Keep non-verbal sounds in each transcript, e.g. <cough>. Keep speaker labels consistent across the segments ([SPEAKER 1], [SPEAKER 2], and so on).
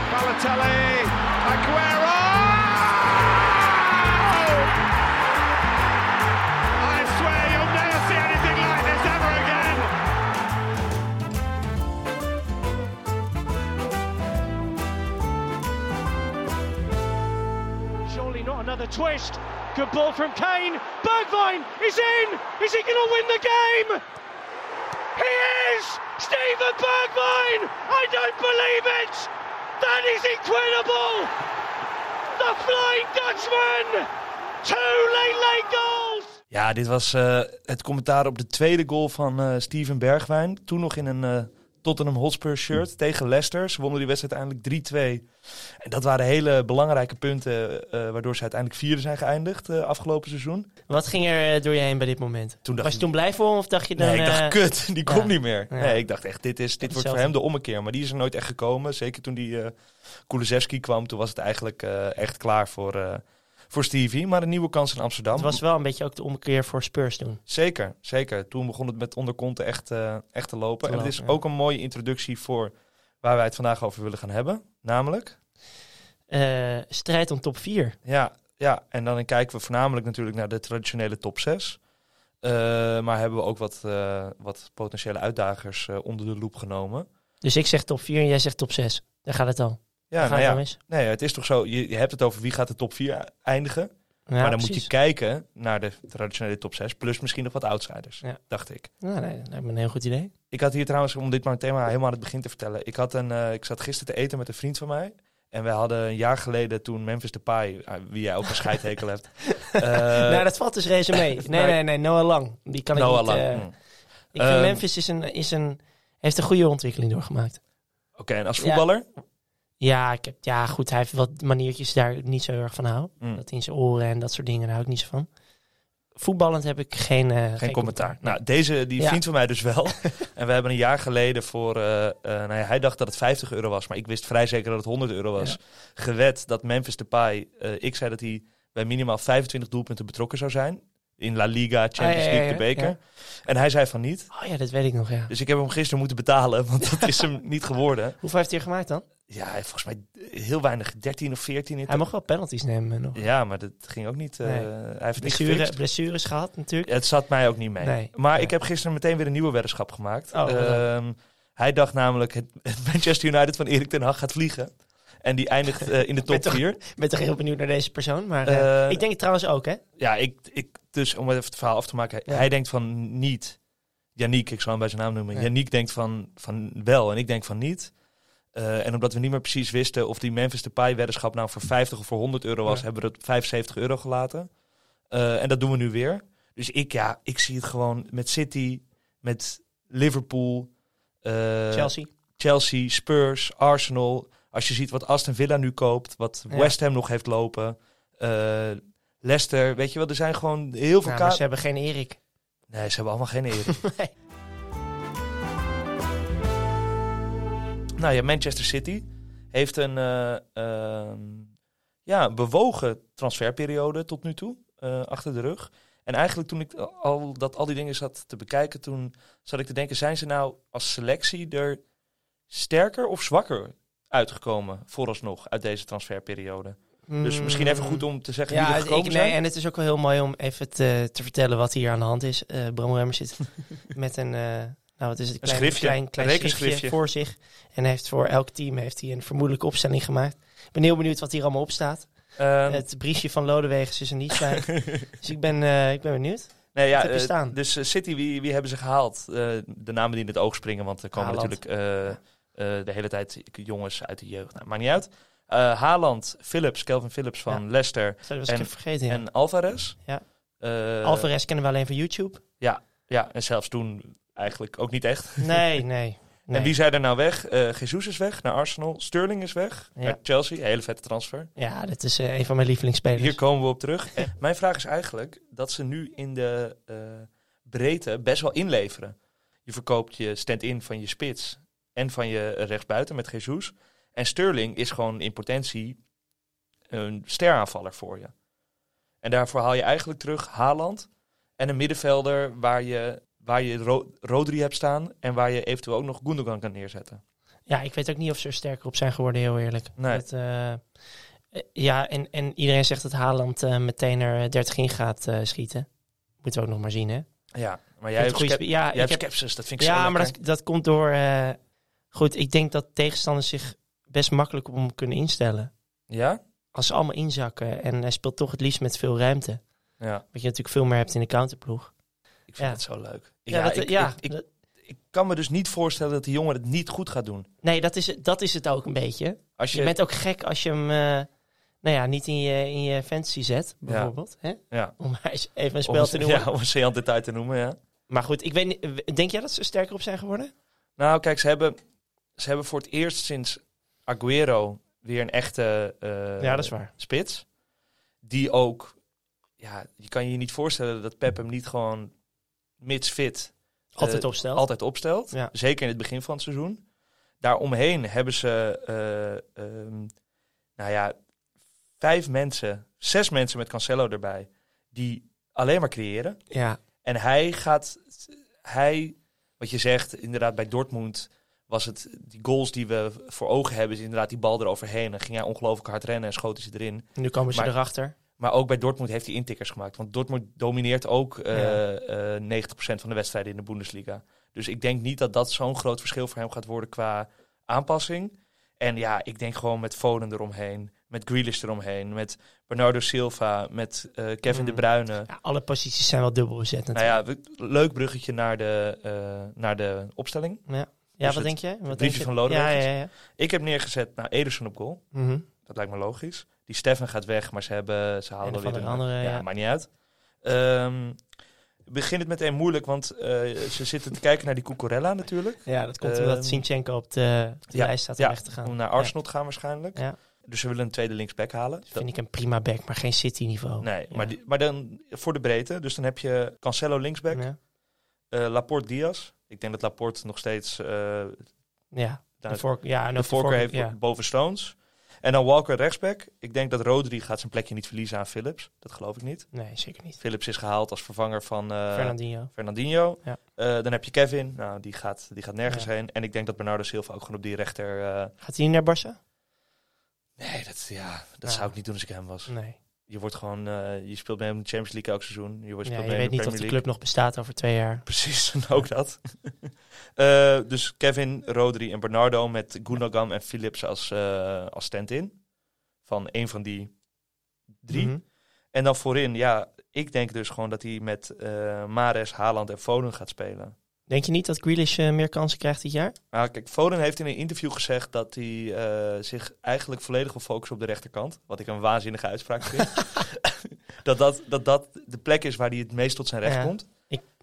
[SPEAKER 1] Balotelli, Aguero! I swear you'll never see anything like this ever again.
[SPEAKER 2] Surely not another twist. Good ball from Kane. Bergvine is in. Is he going to win the game? He is. Steven Bergvine. I don't believe it. That is incredible. The flying Dutchman. Two late late goals.
[SPEAKER 3] Ja, dit was eh, het commentaar op de tweede goal van eh, Steven Bergwijn. Toen nog in een eh, Tottenham Hotspur
[SPEAKER 4] Hm.
[SPEAKER 3] shirt tegen Leicester. Ze wonnen die wedstrijd uiteindelijk 3-2. En dat waren hele belangrijke punten eh, waardoor ze uiteindelijk vierde zijn geëindigd eh, afgelopen seizoen.
[SPEAKER 4] Wat ging er eh, door je heen bij dit moment?
[SPEAKER 3] Toen dacht
[SPEAKER 4] Was je
[SPEAKER 3] ik-
[SPEAKER 4] toen blij voor hem of dacht je dan...
[SPEAKER 3] Nee, ik
[SPEAKER 4] eh,
[SPEAKER 3] dacht, kut, die
[SPEAKER 4] ja.
[SPEAKER 3] komt niet meer.
[SPEAKER 4] Ja.
[SPEAKER 3] Nee, ik dacht echt, dit, is, dit wordt voor
[SPEAKER 4] Hetzelfde.
[SPEAKER 3] hem de ommekeer. Maar die is er nooit echt gekomen. Zeker toen die eh Kulusevski kwam, toen was het eigenlijk eh, echt klaar voor, eh, voor Stevie. Maar een nieuwe kans in Amsterdam.
[SPEAKER 4] Het was wel een beetje ook de omkeer voor Spurs toen.
[SPEAKER 3] Zeker, zeker. Toen begon het met onderkonten echt, eh, echt te lopen.
[SPEAKER 4] Te
[SPEAKER 3] en het is
[SPEAKER 4] lopen, ja.
[SPEAKER 3] ook een mooie introductie voor waar wij het vandaag over willen gaan hebben. Namelijk,
[SPEAKER 4] Eh, strijd om top 4.
[SPEAKER 3] ja, ja en dan kijken we voornamelijk natuurlijk naar de traditionele top 6. maar hebben we ook wat, eh, wat potentiële uitdagers eh, onder de loep genomen.
[SPEAKER 4] Dus ik zeg top 4 en jij zegt top 6. Daar gaat het al.
[SPEAKER 3] Ja,
[SPEAKER 4] Daar gaat
[SPEAKER 3] nou
[SPEAKER 4] het
[SPEAKER 3] ja,
[SPEAKER 4] al mis.
[SPEAKER 3] nee, het is toch zo, je, je hebt het over wie gaat de top 4 eindigen.
[SPEAKER 4] Ja,
[SPEAKER 3] maar dan moet
[SPEAKER 4] precies.
[SPEAKER 3] je kijken naar de traditionele top 6, plus misschien nog wat outsiders,
[SPEAKER 4] Ja.
[SPEAKER 3] dacht ik.
[SPEAKER 4] Nou, nee, dat lijkt me een heel goed idee.
[SPEAKER 3] Ik had hier trouwens, om dit maar thema helemaal aan het begin te vertellen. Ik, had een, eh, ik zat gisteren te eten met een vriend van mij. En wij hadden een jaar geleden toen Memphis Depay, eh, wie jij ook een scheidhekel hebt.
[SPEAKER 4] <laughs>
[SPEAKER 3] eh,
[SPEAKER 4] nou, dat valt dus
[SPEAKER 3] <laughs>
[SPEAKER 4] reuze mee. Nee,
[SPEAKER 3] Nee.
[SPEAKER 4] nee, nee. Noah Lang. Die kan
[SPEAKER 3] Noah
[SPEAKER 4] ik niet...
[SPEAKER 3] Lang.
[SPEAKER 4] eh,
[SPEAKER 3] Hm.
[SPEAKER 4] ik vind
[SPEAKER 3] Ehm,
[SPEAKER 4] Memphis is een, is een, heeft een goede ontwikkeling doorgemaakt.
[SPEAKER 3] Oké, en als
[SPEAKER 4] Ja.
[SPEAKER 3] voetballer?
[SPEAKER 4] Ja, ik heb, ja, goed. Hij heeft wat maniertjes daar ik niet zo heel erg van hou.
[SPEAKER 3] Hm.
[SPEAKER 4] Dat in zijn oren en dat soort dingen, daar hou ik niet zo van. Voetballend heb ik geen, eh,
[SPEAKER 3] Geen commentaar.
[SPEAKER 4] Nee.
[SPEAKER 3] Nou, deze, die
[SPEAKER 4] Ja.
[SPEAKER 3] vriend van mij dus
[SPEAKER 4] <laughs>
[SPEAKER 3] wel. en we hebben een jaar geleden voor, eh, eh, nou ja, hij dacht dat het 50 euro was, maar ik wist vrij zeker dat het 100 euro was. Gewet dat Memphis Depay, eh ik zei dat hij bij minimaal 25 doelpunten betrokken zou zijn. In La Liga, Champions
[SPEAKER 4] Ah, ja, ja,
[SPEAKER 3] League,
[SPEAKER 4] ja,
[SPEAKER 3] de beker.
[SPEAKER 4] ja.
[SPEAKER 3] En hij zei van niet.
[SPEAKER 4] Oh ja, dat weet ik nog, ja.
[SPEAKER 3] Dus ik heb hem gisteren moeten betalen, want dat is hem niet geworden.
[SPEAKER 4] Hoeveel heeft hij er gemaakt dan?
[SPEAKER 3] Ja, hij heeft volgens mij heel weinig, 13 of 14 in.
[SPEAKER 4] Hij mag wel penalties nemen nog.
[SPEAKER 3] Ja, maar dat ging ook niet. eh,
[SPEAKER 4] Nee.
[SPEAKER 3] Hij heeft het niet
[SPEAKER 4] Blessure,
[SPEAKER 3] gefixt.
[SPEAKER 4] blessures gehad natuurlijk.
[SPEAKER 3] Het zat mij ook niet mee.
[SPEAKER 4] eh, Nee.
[SPEAKER 3] Maar
[SPEAKER 4] Nee.
[SPEAKER 3] ik heb gisteren meteen weer een nieuwe weddenschap gemaakt.
[SPEAKER 4] Oh, wat
[SPEAKER 3] Ehm, hij dacht namelijk, het, <laughs> het Manchester United van Erik ten Hag gaat vliegen. En die eindigt eh, in de
[SPEAKER 4] ben
[SPEAKER 3] top
[SPEAKER 4] toch-
[SPEAKER 3] 4.
[SPEAKER 4] Ik ben toch heel benieuwd naar deze persoon. Maar eh,
[SPEAKER 3] Eh,
[SPEAKER 4] ik denk het trouwens ook, hè?
[SPEAKER 3] Ja, ik, ik, dus om even het verhaal af te maken. hij-
[SPEAKER 4] Ja.
[SPEAKER 3] Hij denkt van niet. Yannick, ik zal hem bij zijn naam noemen.
[SPEAKER 4] Ja.
[SPEAKER 3] Yannick denkt van, van wel en ik denk van niet. Eh, en omdat we niet meer precies wisten of die Memphis Depay weddenschap nou voor 50 of voor 100 euro was,
[SPEAKER 4] Ja.
[SPEAKER 3] hebben we het 75 euro gelaten. Eh, en dat doen we nu weer. Dus ik, ja, ik zie het gewoon met City, met Liverpool, eh,
[SPEAKER 4] Chelsea.
[SPEAKER 3] Chelsea, Spurs, Arsenal. Als je ziet wat Aston Villa nu koopt, wat
[SPEAKER 4] Ja.
[SPEAKER 3] West Ham nog heeft lopen. eh, Leicester, weet je wel, er zijn gewoon heel veel
[SPEAKER 4] Nou, maar
[SPEAKER 3] kaarten.
[SPEAKER 4] ze hebben geen Erik.
[SPEAKER 3] Nee, ze hebben allemaal geen eer.
[SPEAKER 4] <laughs> Nee.
[SPEAKER 3] nou ja, Manchester City heeft een eh, ehm, ja, bewogen transferperiode tot nu toe eh, achter de rug. En eigenlijk toen ik al, dat, al die dingen zat te bekijken, toen zat ik te denken, zijn ze nou als selectie er sterker of zwakker uitgekomen vooralsnog uit deze transferperiode? Dus misschien even goed om te zeggen wie
[SPEAKER 4] Mm. Ja,
[SPEAKER 3] er gekomen
[SPEAKER 4] ik, nee,
[SPEAKER 3] zijn.
[SPEAKER 4] en het is ook wel heel mooi om even te, te vertellen wat hier aan de hand is. Eh Bram
[SPEAKER 3] <laughs>
[SPEAKER 4] Remmers zit met een, eh, nou wat is het, klein,
[SPEAKER 3] schriftje,
[SPEAKER 4] klein, klein
[SPEAKER 3] een
[SPEAKER 4] schriftje,
[SPEAKER 3] rekenschriftje.
[SPEAKER 4] voor zich. En hij heeft voor elk team heeft hij een vermoedelijke opstelling gemaakt. Ik ben heel benieuwd wat hier allemaal op staat.
[SPEAKER 3] Ehm,
[SPEAKER 4] het briefje van Lodewegens is er
[SPEAKER 3] <laughs>
[SPEAKER 4] niet bij. dus ik ben, eh, ik ben benieuwd.
[SPEAKER 3] Nee, ja,
[SPEAKER 4] heb je
[SPEAKER 3] eh,
[SPEAKER 4] staan?
[SPEAKER 3] Dus eh, City, wie, wie hebben ze gehaald? Eh, de namen die in het oog springen, want er komen
[SPEAKER 4] Haaland.
[SPEAKER 3] natuurlijk eh, eh, de hele tijd jongens uit de jeugd. Nou, maakt niet uit. Eh, Haaland, Philips, Kelvin Philips van Leicester
[SPEAKER 4] Dat was
[SPEAKER 3] En-
[SPEAKER 4] ik even vergeten. ja.
[SPEAKER 3] en Alvarez.
[SPEAKER 4] Ja.
[SPEAKER 3] Eh,
[SPEAKER 4] Alvarez kennen we alleen van
[SPEAKER 3] <laughs>
[SPEAKER 4] YouTube.
[SPEAKER 3] Ja, en zelfs toen eigenlijk ook niet echt.
[SPEAKER 4] Nee, nee. nee.
[SPEAKER 3] En wie zijn er nou weg? Eh Jesus is weg naar Arsenal. Sterling is weg
[SPEAKER 4] Ja.
[SPEAKER 3] naar Chelsea. Hele vette transfer.
[SPEAKER 4] Ja, dat is eh, een van mijn lievelingsspelers.
[SPEAKER 3] Hier komen we op
[SPEAKER 4] <laughs>
[SPEAKER 3] terug. Mijn vraag is eigenlijk dat ze nu in de eh, breedte best wel inleveren. Je verkoopt je stand-in van je spits en van je rechtsbuiten met Jesus. En Sterling is gewoon in potentie een steraanvaller voor je. En daarvoor haal je eigenlijk terug Haaland en een middenvelder waar je, waar je Ro- Rodri hebt staan en waar je eventueel ook nog Gundogan kan neerzetten.
[SPEAKER 4] Ja, ik weet ook niet of ze er sterker op zijn geworden, heel eerlijk.
[SPEAKER 3] Nee.
[SPEAKER 4] Dat, eh, eh, ja, en, en iedereen zegt dat Haaland eh, meteen er eh, 30 in gaat eh, schieten. Moeten we ook nog maar zien, hè?
[SPEAKER 3] Ja, maar jij
[SPEAKER 4] Ik vind het
[SPEAKER 3] hebt,
[SPEAKER 4] goede
[SPEAKER 3] skep-
[SPEAKER 4] spe- ja,
[SPEAKER 3] jij
[SPEAKER 4] ik
[SPEAKER 3] hebt
[SPEAKER 4] heb-
[SPEAKER 3] skepsis, dat vind ik
[SPEAKER 4] ja
[SPEAKER 3] zo
[SPEAKER 4] maar
[SPEAKER 3] lekker.
[SPEAKER 4] dat, dat komt door... eh, goed, ik denk dat tegenstanders zich best makkelijk op hem kunnen instellen.
[SPEAKER 3] Ja?
[SPEAKER 4] Als ze allemaal inzakken en hij speelt toch het liefst met veel ruimte.
[SPEAKER 3] Ja,
[SPEAKER 4] Wat je natuurlijk veel meer hebt in de counterploeg.
[SPEAKER 3] ik vind
[SPEAKER 4] Ja.
[SPEAKER 3] het zo leuk.
[SPEAKER 4] Ja, dat,
[SPEAKER 3] ik,
[SPEAKER 4] ja,
[SPEAKER 3] ik, ik,
[SPEAKER 4] dat-
[SPEAKER 3] ik kan me dus niet voorstellen dat die jongen het niet goed gaat doen.
[SPEAKER 4] nee, dat is, het- dat is het ook een beetje.
[SPEAKER 3] Als
[SPEAKER 4] Je,
[SPEAKER 3] je,
[SPEAKER 4] bent ook gek als je hem eh, nou ja, niet in je, in je fantasy zet, bijvoorbeeld. Hè?
[SPEAKER 3] ja,
[SPEAKER 4] Om maar eens even een
[SPEAKER 3] om,
[SPEAKER 4] spel te
[SPEAKER 3] een- <laughs>
[SPEAKER 4] noemen.
[SPEAKER 3] ja, om een zeehand dit uit te noemen, ja.
[SPEAKER 4] Maar goed, ik weet niet, denk jij dat ze sterker op zijn geworden?
[SPEAKER 3] Nou, kijk, ze hebben, ze hebben voor het eerst sinds Aguero weer een echte eh,
[SPEAKER 4] ja, dat is waar.
[SPEAKER 3] spits. Die ook, ja, je kan je niet voorstellen dat Pep hem niet gewoon mits fit
[SPEAKER 4] Altijd
[SPEAKER 3] eh,
[SPEAKER 4] opstelt.
[SPEAKER 3] altijd opstelt.
[SPEAKER 4] Ja.
[SPEAKER 3] Zeker in het begin van het seizoen. Daaromheen hebben ze, eh, ehm, nou ja, vijf mensen, zes mensen met Cancelo erbij, die alleen maar creëren.
[SPEAKER 4] Ja,
[SPEAKER 3] En hij gaat, hij, wat je zegt, inderdaad bij Dortmund was het, die goals die we voor ogen hebben, is inderdaad die bal eroverheen. En ging hij ongelooflijk hard rennen en schoten ze erin.
[SPEAKER 4] nu komen ze
[SPEAKER 3] Maar-
[SPEAKER 4] erachter.
[SPEAKER 3] Maar ook bij Dortmund heeft hij intikkers gemaakt. Want Dortmund domineert ook eh,
[SPEAKER 4] Ja.
[SPEAKER 3] eh, 90% van de wedstrijden in de Bundesliga. Dus ik denk niet dat dat zo'n groot verschil voor hem gaat worden qua aanpassing. En ja, ik denk gewoon met Foden eromheen, met Grealish eromheen, met Bernardo Silva, met eh, Kevin
[SPEAKER 4] Mm.
[SPEAKER 3] De Bruyne.
[SPEAKER 4] Ja, alle posities zijn wel dubbel bezet
[SPEAKER 3] Nou
[SPEAKER 4] natuurlijk.
[SPEAKER 3] ja, we- leuk bruggetje naar de, eh, naar de opstelling.
[SPEAKER 4] ja,
[SPEAKER 3] dus
[SPEAKER 4] wat
[SPEAKER 3] het-
[SPEAKER 4] denk je? Wat denk
[SPEAKER 3] briefje
[SPEAKER 4] je?
[SPEAKER 3] van Lodewijk
[SPEAKER 4] Ja,
[SPEAKER 3] is-
[SPEAKER 4] ja, ja.
[SPEAKER 3] Ik heb neergezet naar Ederson op goal.
[SPEAKER 4] Mhm.
[SPEAKER 3] Dat lijkt me logisch. Die Steffen gaat weg, maar ze, hebben, ze halen
[SPEAKER 4] Een of
[SPEAKER 3] weer
[SPEAKER 4] andere andere, ja.
[SPEAKER 3] maakt niet uit. Ehm begin het meteen moeilijk, want eh, ze zitten te kijken naar die Cucurella natuurlijk.
[SPEAKER 4] ja, dat komt omdat
[SPEAKER 3] Ehm,
[SPEAKER 4] Sinchenko op de, op de
[SPEAKER 3] ja,
[SPEAKER 4] lijst staat om
[SPEAKER 3] ja,
[SPEAKER 4] weg te gaan.
[SPEAKER 3] Om naar Arsenal te gaan waarschijnlijk.
[SPEAKER 4] Ja.
[SPEAKER 3] Dus ze willen een tweede linksback halen.
[SPEAKER 4] Vind
[SPEAKER 3] Dat-
[SPEAKER 4] ik een prima back, maar geen City-niveau.
[SPEAKER 3] nee,
[SPEAKER 4] Ja.
[SPEAKER 3] maar, die- maar dan voor de breedte. Dus dan heb je Cancelo linksback,
[SPEAKER 4] Ja.
[SPEAKER 3] eh, Laporte Diaz. Ik denk dat Laporte nog steeds eh,
[SPEAKER 4] Ja,
[SPEAKER 3] daar-
[SPEAKER 4] de voorkeur, ja, en
[SPEAKER 3] de
[SPEAKER 4] ook de
[SPEAKER 3] voorkeur heeft
[SPEAKER 4] ja.
[SPEAKER 3] boven Stones. En dan Walker rechtsback. Ik denk dat Rodri gaat zijn plekje niet verliezen aan Philips. Dat geloof ik niet.
[SPEAKER 4] Nee, zeker niet.
[SPEAKER 3] Philips is gehaald als vervanger van eh,
[SPEAKER 4] Fernandinho.
[SPEAKER 3] Fernandinho.
[SPEAKER 4] Ja.
[SPEAKER 3] Eh, dan heb je Kevin. Nou, die gaat, die gaat nergens
[SPEAKER 4] Ja.
[SPEAKER 3] heen. En ik denk dat Bernardo Silva ook gewoon op die rechter... eh,
[SPEAKER 4] Gaat hij naar Barça?
[SPEAKER 3] nee, dat, ja, dat
[SPEAKER 4] Ja.
[SPEAKER 3] zou ik niet doen als ik hem was.
[SPEAKER 4] Nee.
[SPEAKER 3] Je wordt gewoon... eh, je speelt mee in de Champions League elk seizoen. Je wordt
[SPEAKER 4] Ja,
[SPEAKER 3] speelt
[SPEAKER 4] je
[SPEAKER 3] mee
[SPEAKER 4] weet
[SPEAKER 3] in de
[SPEAKER 4] niet of
[SPEAKER 3] Premier
[SPEAKER 4] de
[SPEAKER 3] League.
[SPEAKER 4] club nog bestaat over twee jaar.
[SPEAKER 3] Precies, <laughs> en ook dat. Eh, dus Kevin, Rodri en Bernardo met Gundogan en Philips als, eh, als stand-in. Van één van die drie.
[SPEAKER 4] Mhm.
[SPEAKER 3] En dan voorin, ja, ik denk dus gewoon dat hij met eh Mares, Haaland en Foden gaat spelen.
[SPEAKER 4] Denk je niet dat Grealish eh, meer kansen krijgt dit jaar?
[SPEAKER 3] Nou, kijk, Foden heeft in een interview gezegd dat hij eh, zich eigenlijk volledig wil focussen op de rechterkant. Wat ik een waanzinnige uitspraak vind. <laughs> dat, dat, dat dat de plek is waar hij het meest tot zijn recht
[SPEAKER 4] Ja.
[SPEAKER 3] komt.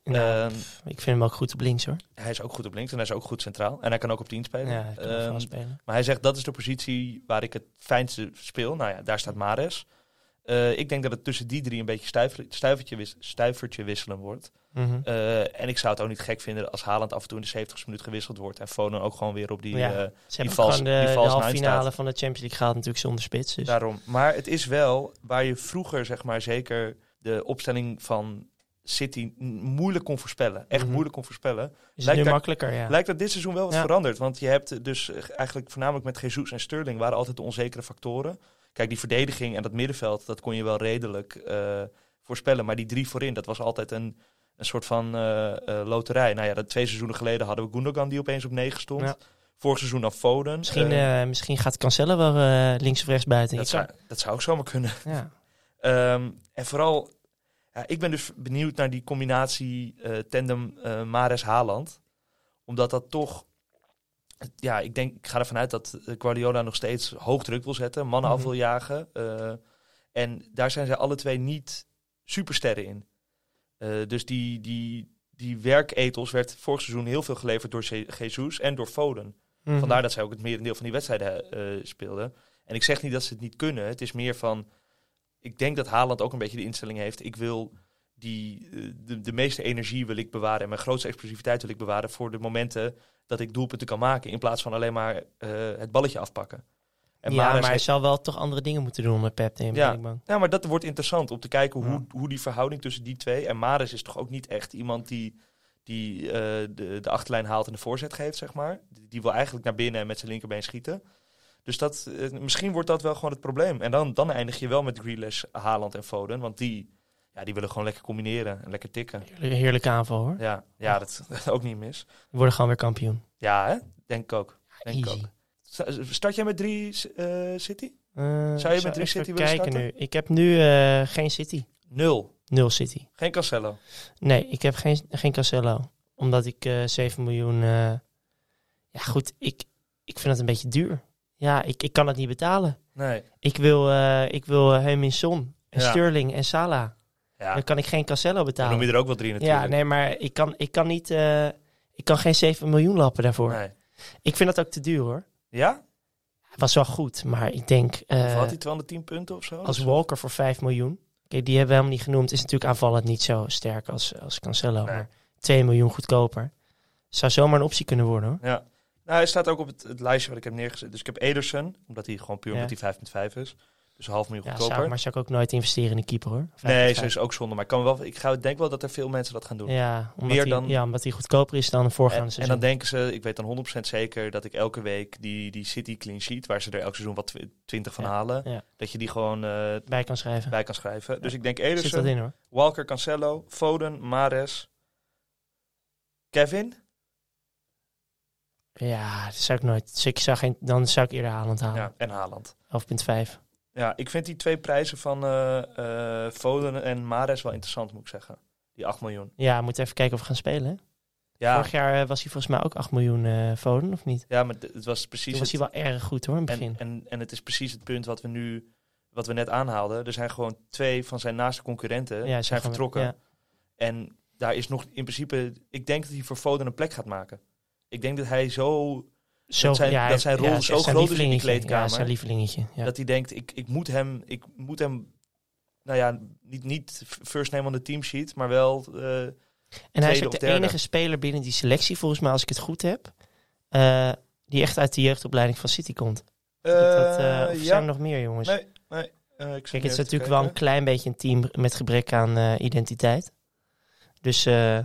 [SPEAKER 4] Nou,
[SPEAKER 3] Ehm,
[SPEAKER 4] pff, ik vind hem ook goed op links hoor.
[SPEAKER 3] Hij is ook goed op links en hij is ook goed centraal. En hij kan ook op 10 spelen.
[SPEAKER 4] Ja, hij kan
[SPEAKER 3] Ehm,
[SPEAKER 4] wel spelen.
[SPEAKER 3] maar hij zegt dat is de positie waar ik het fijnste speel. Nou ja, daar staat Mares. Eh, ik denk dat het tussen die drie een beetje stuiver, stuivertje, wis- stuivertje wisselen wordt.
[SPEAKER 4] Mhm.
[SPEAKER 3] Eh, en ik zou het ook niet gek vinden als Haaland af en toe in de 70 minuut gewisseld wordt. En Foden ook gewoon weer op die...
[SPEAKER 4] Ja.
[SPEAKER 3] eh,
[SPEAKER 4] Ze hebben
[SPEAKER 3] vals-
[SPEAKER 4] gewoon de,
[SPEAKER 3] die
[SPEAKER 4] de
[SPEAKER 3] vals
[SPEAKER 4] halve
[SPEAKER 3] nine staat. Nou,
[SPEAKER 4] finale van de Champions League gehaald natuurlijk zonder spits. Dus.
[SPEAKER 3] Daarom. Maar het is wel waar je vroeger, zeg maar, zeker de opstelling van City m- moeilijk kon voorspellen. Echt
[SPEAKER 4] Mhm.
[SPEAKER 3] moeilijk kon voorspellen.
[SPEAKER 4] is het
[SPEAKER 3] lijkt
[SPEAKER 4] nu
[SPEAKER 3] daar-
[SPEAKER 4] makkelijker, ja.
[SPEAKER 3] Lijkt dat dit seizoen wel wat
[SPEAKER 4] Ja.
[SPEAKER 3] veranderd. Want je hebt eh, dus eh, eigenlijk voornamelijk met Jesus en Sterling waren altijd de onzekere factoren. Kijk, die verdediging en dat middenveld, dat kon je wel redelijk eh, voorspellen. Maar die drie voorin, dat was altijd een, een soort van eh, eh, loterij. Nou ja, dat twee seizoenen geleden hadden we Gundogan die opeens op negen stond.
[SPEAKER 4] Ja.
[SPEAKER 3] Vorig seizoen dan Foden.
[SPEAKER 4] misschien,
[SPEAKER 3] Eh,
[SPEAKER 4] eh, misschien gaat Cancelo wel eh, links of rechts buiten.
[SPEAKER 3] dat,
[SPEAKER 4] Je kan-
[SPEAKER 3] zou, dat zou ook zomaar kunnen.
[SPEAKER 4] ja.
[SPEAKER 3] Ehm, en vooral, ja, ik ben dus benieuwd naar die combinatie eh, tandem eh, Mares-Haaland. Omdat dat toch, ja, ik denk, ik ga ervan uit dat eh, Guardiola nog steeds hoog druk wil zetten, mannen af
[SPEAKER 4] Mhm.
[SPEAKER 3] wil jagen. eh, en daar zijn zij alle twee niet supersterren in. Eh, dus die, die, die werketels werd vorig seizoen heel veel geleverd door Je- Jesus en door Foden.
[SPEAKER 4] Mhm.
[SPEAKER 3] Vandaar dat zij ook het merendeel van die wedstrijden eh, speelden. En ik zeg niet dat ze het niet kunnen. Het is meer van. Ik denk dat Haaland ook een beetje de instelling heeft. Ik wil die, eh, de, de meeste energie wil ik bewaren. En mijn grootste explosiviteit wil ik bewaren voor de momenten dat ik doelpunten kan maken. In plaats van alleen maar eh, het balletje afpakken. En
[SPEAKER 4] ja,
[SPEAKER 3] Mahrez
[SPEAKER 4] maar hij
[SPEAKER 3] heeft-
[SPEAKER 4] zal wel toch andere dingen moeten doen met Pep, neem
[SPEAKER 3] Ja.
[SPEAKER 4] ik bang.
[SPEAKER 3] ja, maar dat wordt interessant om te kijken hoe,
[SPEAKER 4] Ja.
[SPEAKER 3] hoe die verhouding tussen die twee. En Maris is toch ook niet echt iemand die, die eh, de, de achterlijn haalt en de voorzet geeft, zeg maar. Die, die wil eigenlijk naar binnen en met zijn linkerbeen schieten. Dus dat, eh, misschien wordt dat wel gewoon het probleem. En dan, dan eindig je wel met Grealish, Haaland en Foden. Want die, ja, die willen gewoon lekker combineren en lekker tikken.
[SPEAKER 4] Heerlijke, heerlijke aanval hoor.
[SPEAKER 3] Ja, ja dat, dat <laughs> ook niet mis.
[SPEAKER 4] We worden gewoon weer kampioen.
[SPEAKER 3] Ja, hè? denk ik ook. Denk ik
[SPEAKER 4] Easy.
[SPEAKER 3] ook. Sta- Start jij met drie eh, City?
[SPEAKER 4] Eh, ik
[SPEAKER 3] met
[SPEAKER 4] zal
[SPEAKER 3] drie
[SPEAKER 4] even
[SPEAKER 3] City willen
[SPEAKER 4] kijken
[SPEAKER 3] starten?
[SPEAKER 4] nu. Ik heb nu eh, geen City.
[SPEAKER 3] Nul.
[SPEAKER 4] Nul City.
[SPEAKER 3] Geen Cancelo.
[SPEAKER 4] Nee, ik heb geen, geen Cancelo. Omdat ik eh 7 miljoen... eh, ja goed, ik, ik vind dat een beetje duur. Ja, ik, ik kan het niet betalen.
[SPEAKER 3] Nee.
[SPEAKER 4] Ik wil, eh ik wil eh, Heung-min-Son en
[SPEAKER 3] Ja.
[SPEAKER 4] Sterling en Salah.
[SPEAKER 3] Ja,
[SPEAKER 4] Dan kan ik geen Cancelo
[SPEAKER 3] dan
[SPEAKER 4] betalen.
[SPEAKER 3] noem je er ook wel drie natuurlijk.
[SPEAKER 4] Ja, nee, maar ik kan, ik kan niet. eh, ik kan geen 7 miljoen lappen daarvoor.
[SPEAKER 3] Nee.
[SPEAKER 4] Ik vind dat ook te duur hoor.
[SPEAKER 3] Ja?
[SPEAKER 4] Het was wel goed, maar ik denk. eh,
[SPEAKER 3] of had hij 210 punten of zo?
[SPEAKER 4] als Walker voor 5 miljoen. Kijk, die hebben we helemaal niet genoemd. Is natuurlijk aanvallend niet zo sterk als, als Cancelo.
[SPEAKER 3] Nee.
[SPEAKER 4] Maar 2 miljoen goedkoper. Zou zomaar een optie kunnen worden hoor.
[SPEAKER 3] Ja. Nou, hij staat ook op het, het lijstje wat ik heb neergezet. Dus ik heb Ederson, omdat hij gewoon puur
[SPEAKER 4] Ja.
[SPEAKER 3] omdat hij 5,5 is. Dus een half miljoen
[SPEAKER 4] Ja, zou,
[SPEAKER 3] goedkoper.
[SPEAKER 4] maar zou ik ook nooit investeren in een keeper hoor.
[SPEAKER 3] nee,
[SPEAKER 4] zo
[SPEAKER 3] zo is ook zonde. Maar ik, kan wel, ik ga, denk wel dat er veel mensen dat gaan doen.
[SPEAKER 4] Ja, omdat
[SPEAKER 3] Meer
[SPEAKER 4] die-
[SPEAKER 3] dan-
[SPEAKER 4] ja, omdat hij goedkoper is dan de voorgaande
[SPEAKER 3] En, en
[SPEAKER 4] seizoen.
[SPEAKER 3] dan denken ze, ik weet dan 100% zeker dat ik elke week die, die City clean sheet, waar ze er elk seizoen wat tw- 20 van
[SPEAKER 4] Ja,
[SPEAKER 3] halen,
[SPEAKER 4] ja.
[SPEAKER 3] dat je die gewoon eh,
[SPEAKER 4] bij kan schrijven.
[SPEAKER 3] bij kan schrijven. Dus ik denk
[SPEAKER 4] Zit dat
[SPEAKER 3] Ederson,
[SPEAKER 4] in hoor.
[SPEAKER 3] Walker, Cancelo, Foden, Mares, Kevin.
[SPEAKER 4] Ja, dat zou ik nooit. Dus ik zou geen, dan zou ik eerder Haaland halen.
[SPEAKER 3] Ja, en Haaland.
[SPEAKER 4] 11,5.
[SPEAKER 3] Ja, ik vind die twee prijzen van eh, eh, Foden en Mares wel interessant, moet ik zeggen. Die 8 miljoen.
[SPEAKER 4] Ja, we moeten even kijken of we gaan spelen. hè?
[SPEAKER 3] Ja,
[SPEAKER 4] Vorig jaar eh, was hij volgens mij ook 8 miljoen eh Foden, of niet?
[SPEAKER 3] ja maar d- het was precies
[SPEAKER 4] Toen was hij
[SPEAKER 3] het,
[SPEAKER 4] wel erg goed hoor, in het begin.
[SPEAKER 3] en, en, en het is precies het punt wat we nu wat we net aanhaalden. Er zijn gewoon twee van zijn naaste concurrenten
[SPEAKER 4] Ja,
[SPEAKER 3] zijn
[SPEAKER 4] zeg maar,
[SPEAKER 3] vertrokken.
[SPEAKER 4] ja.
[SPEAKER 3] En daar is nog in principe... Ik denk dat hij voor Foden een plek gaat maken. Ik denk dat hij zo...
[SPEAKER 4] Zo,
[SPEAKER 3] dat zijn-
[SPEAKER 4] ja,
[SPEAKER 3] dat zijn
[SPEAKER 4] ja,
[SPEAKER 3] rol
[SPEAKER 4] het
[SPEAKER 3] zo
[SPEAKER 4] zijn
[SPEAKER 3] groot is in die
[SPEAKER 4] lievelingetje.
[SPEAKER 3] kleedkamer.
[SPEAKER 4] Ja, zijn lievelingetje. Ja.
[SPEAKER 3] Dat hij denkt, ik, ik moet hem... Ik moet hem nou ja, niet, niet first name on the team sheet, maar wel... eh,
[SPEAKER 4] en hij is
[SPEAKER 3] tweede
[SPEAKER 4] ook
[SPEAKER 3] of
[SPEAKER 4] de
[SPEAKER 3] derde.
[SPEAKER 4] enige speler binnen die selectie, volgens mij, als ik het goed heb, eh, die echt uit de jeugdopleiding van City komt. dat, eh,
[SPEAKER 3] eh,
[SPEAKER 4] of
[SPEAKER 3] ja.
[SPEAKER 4] zijn er nog meer jongens?
[SPEAKER 3] Nee, nee. eh, ik zit
[SPEAKER 4] Kijk, het is
[SPEAKER 3] nu even te
[SPEAKER 4] natuurlijk wel een
[SPEAKER 3] kijken.
[SPEAKER 4] klein beetje een team met gebrek aan eh, identiteit. Dus eh,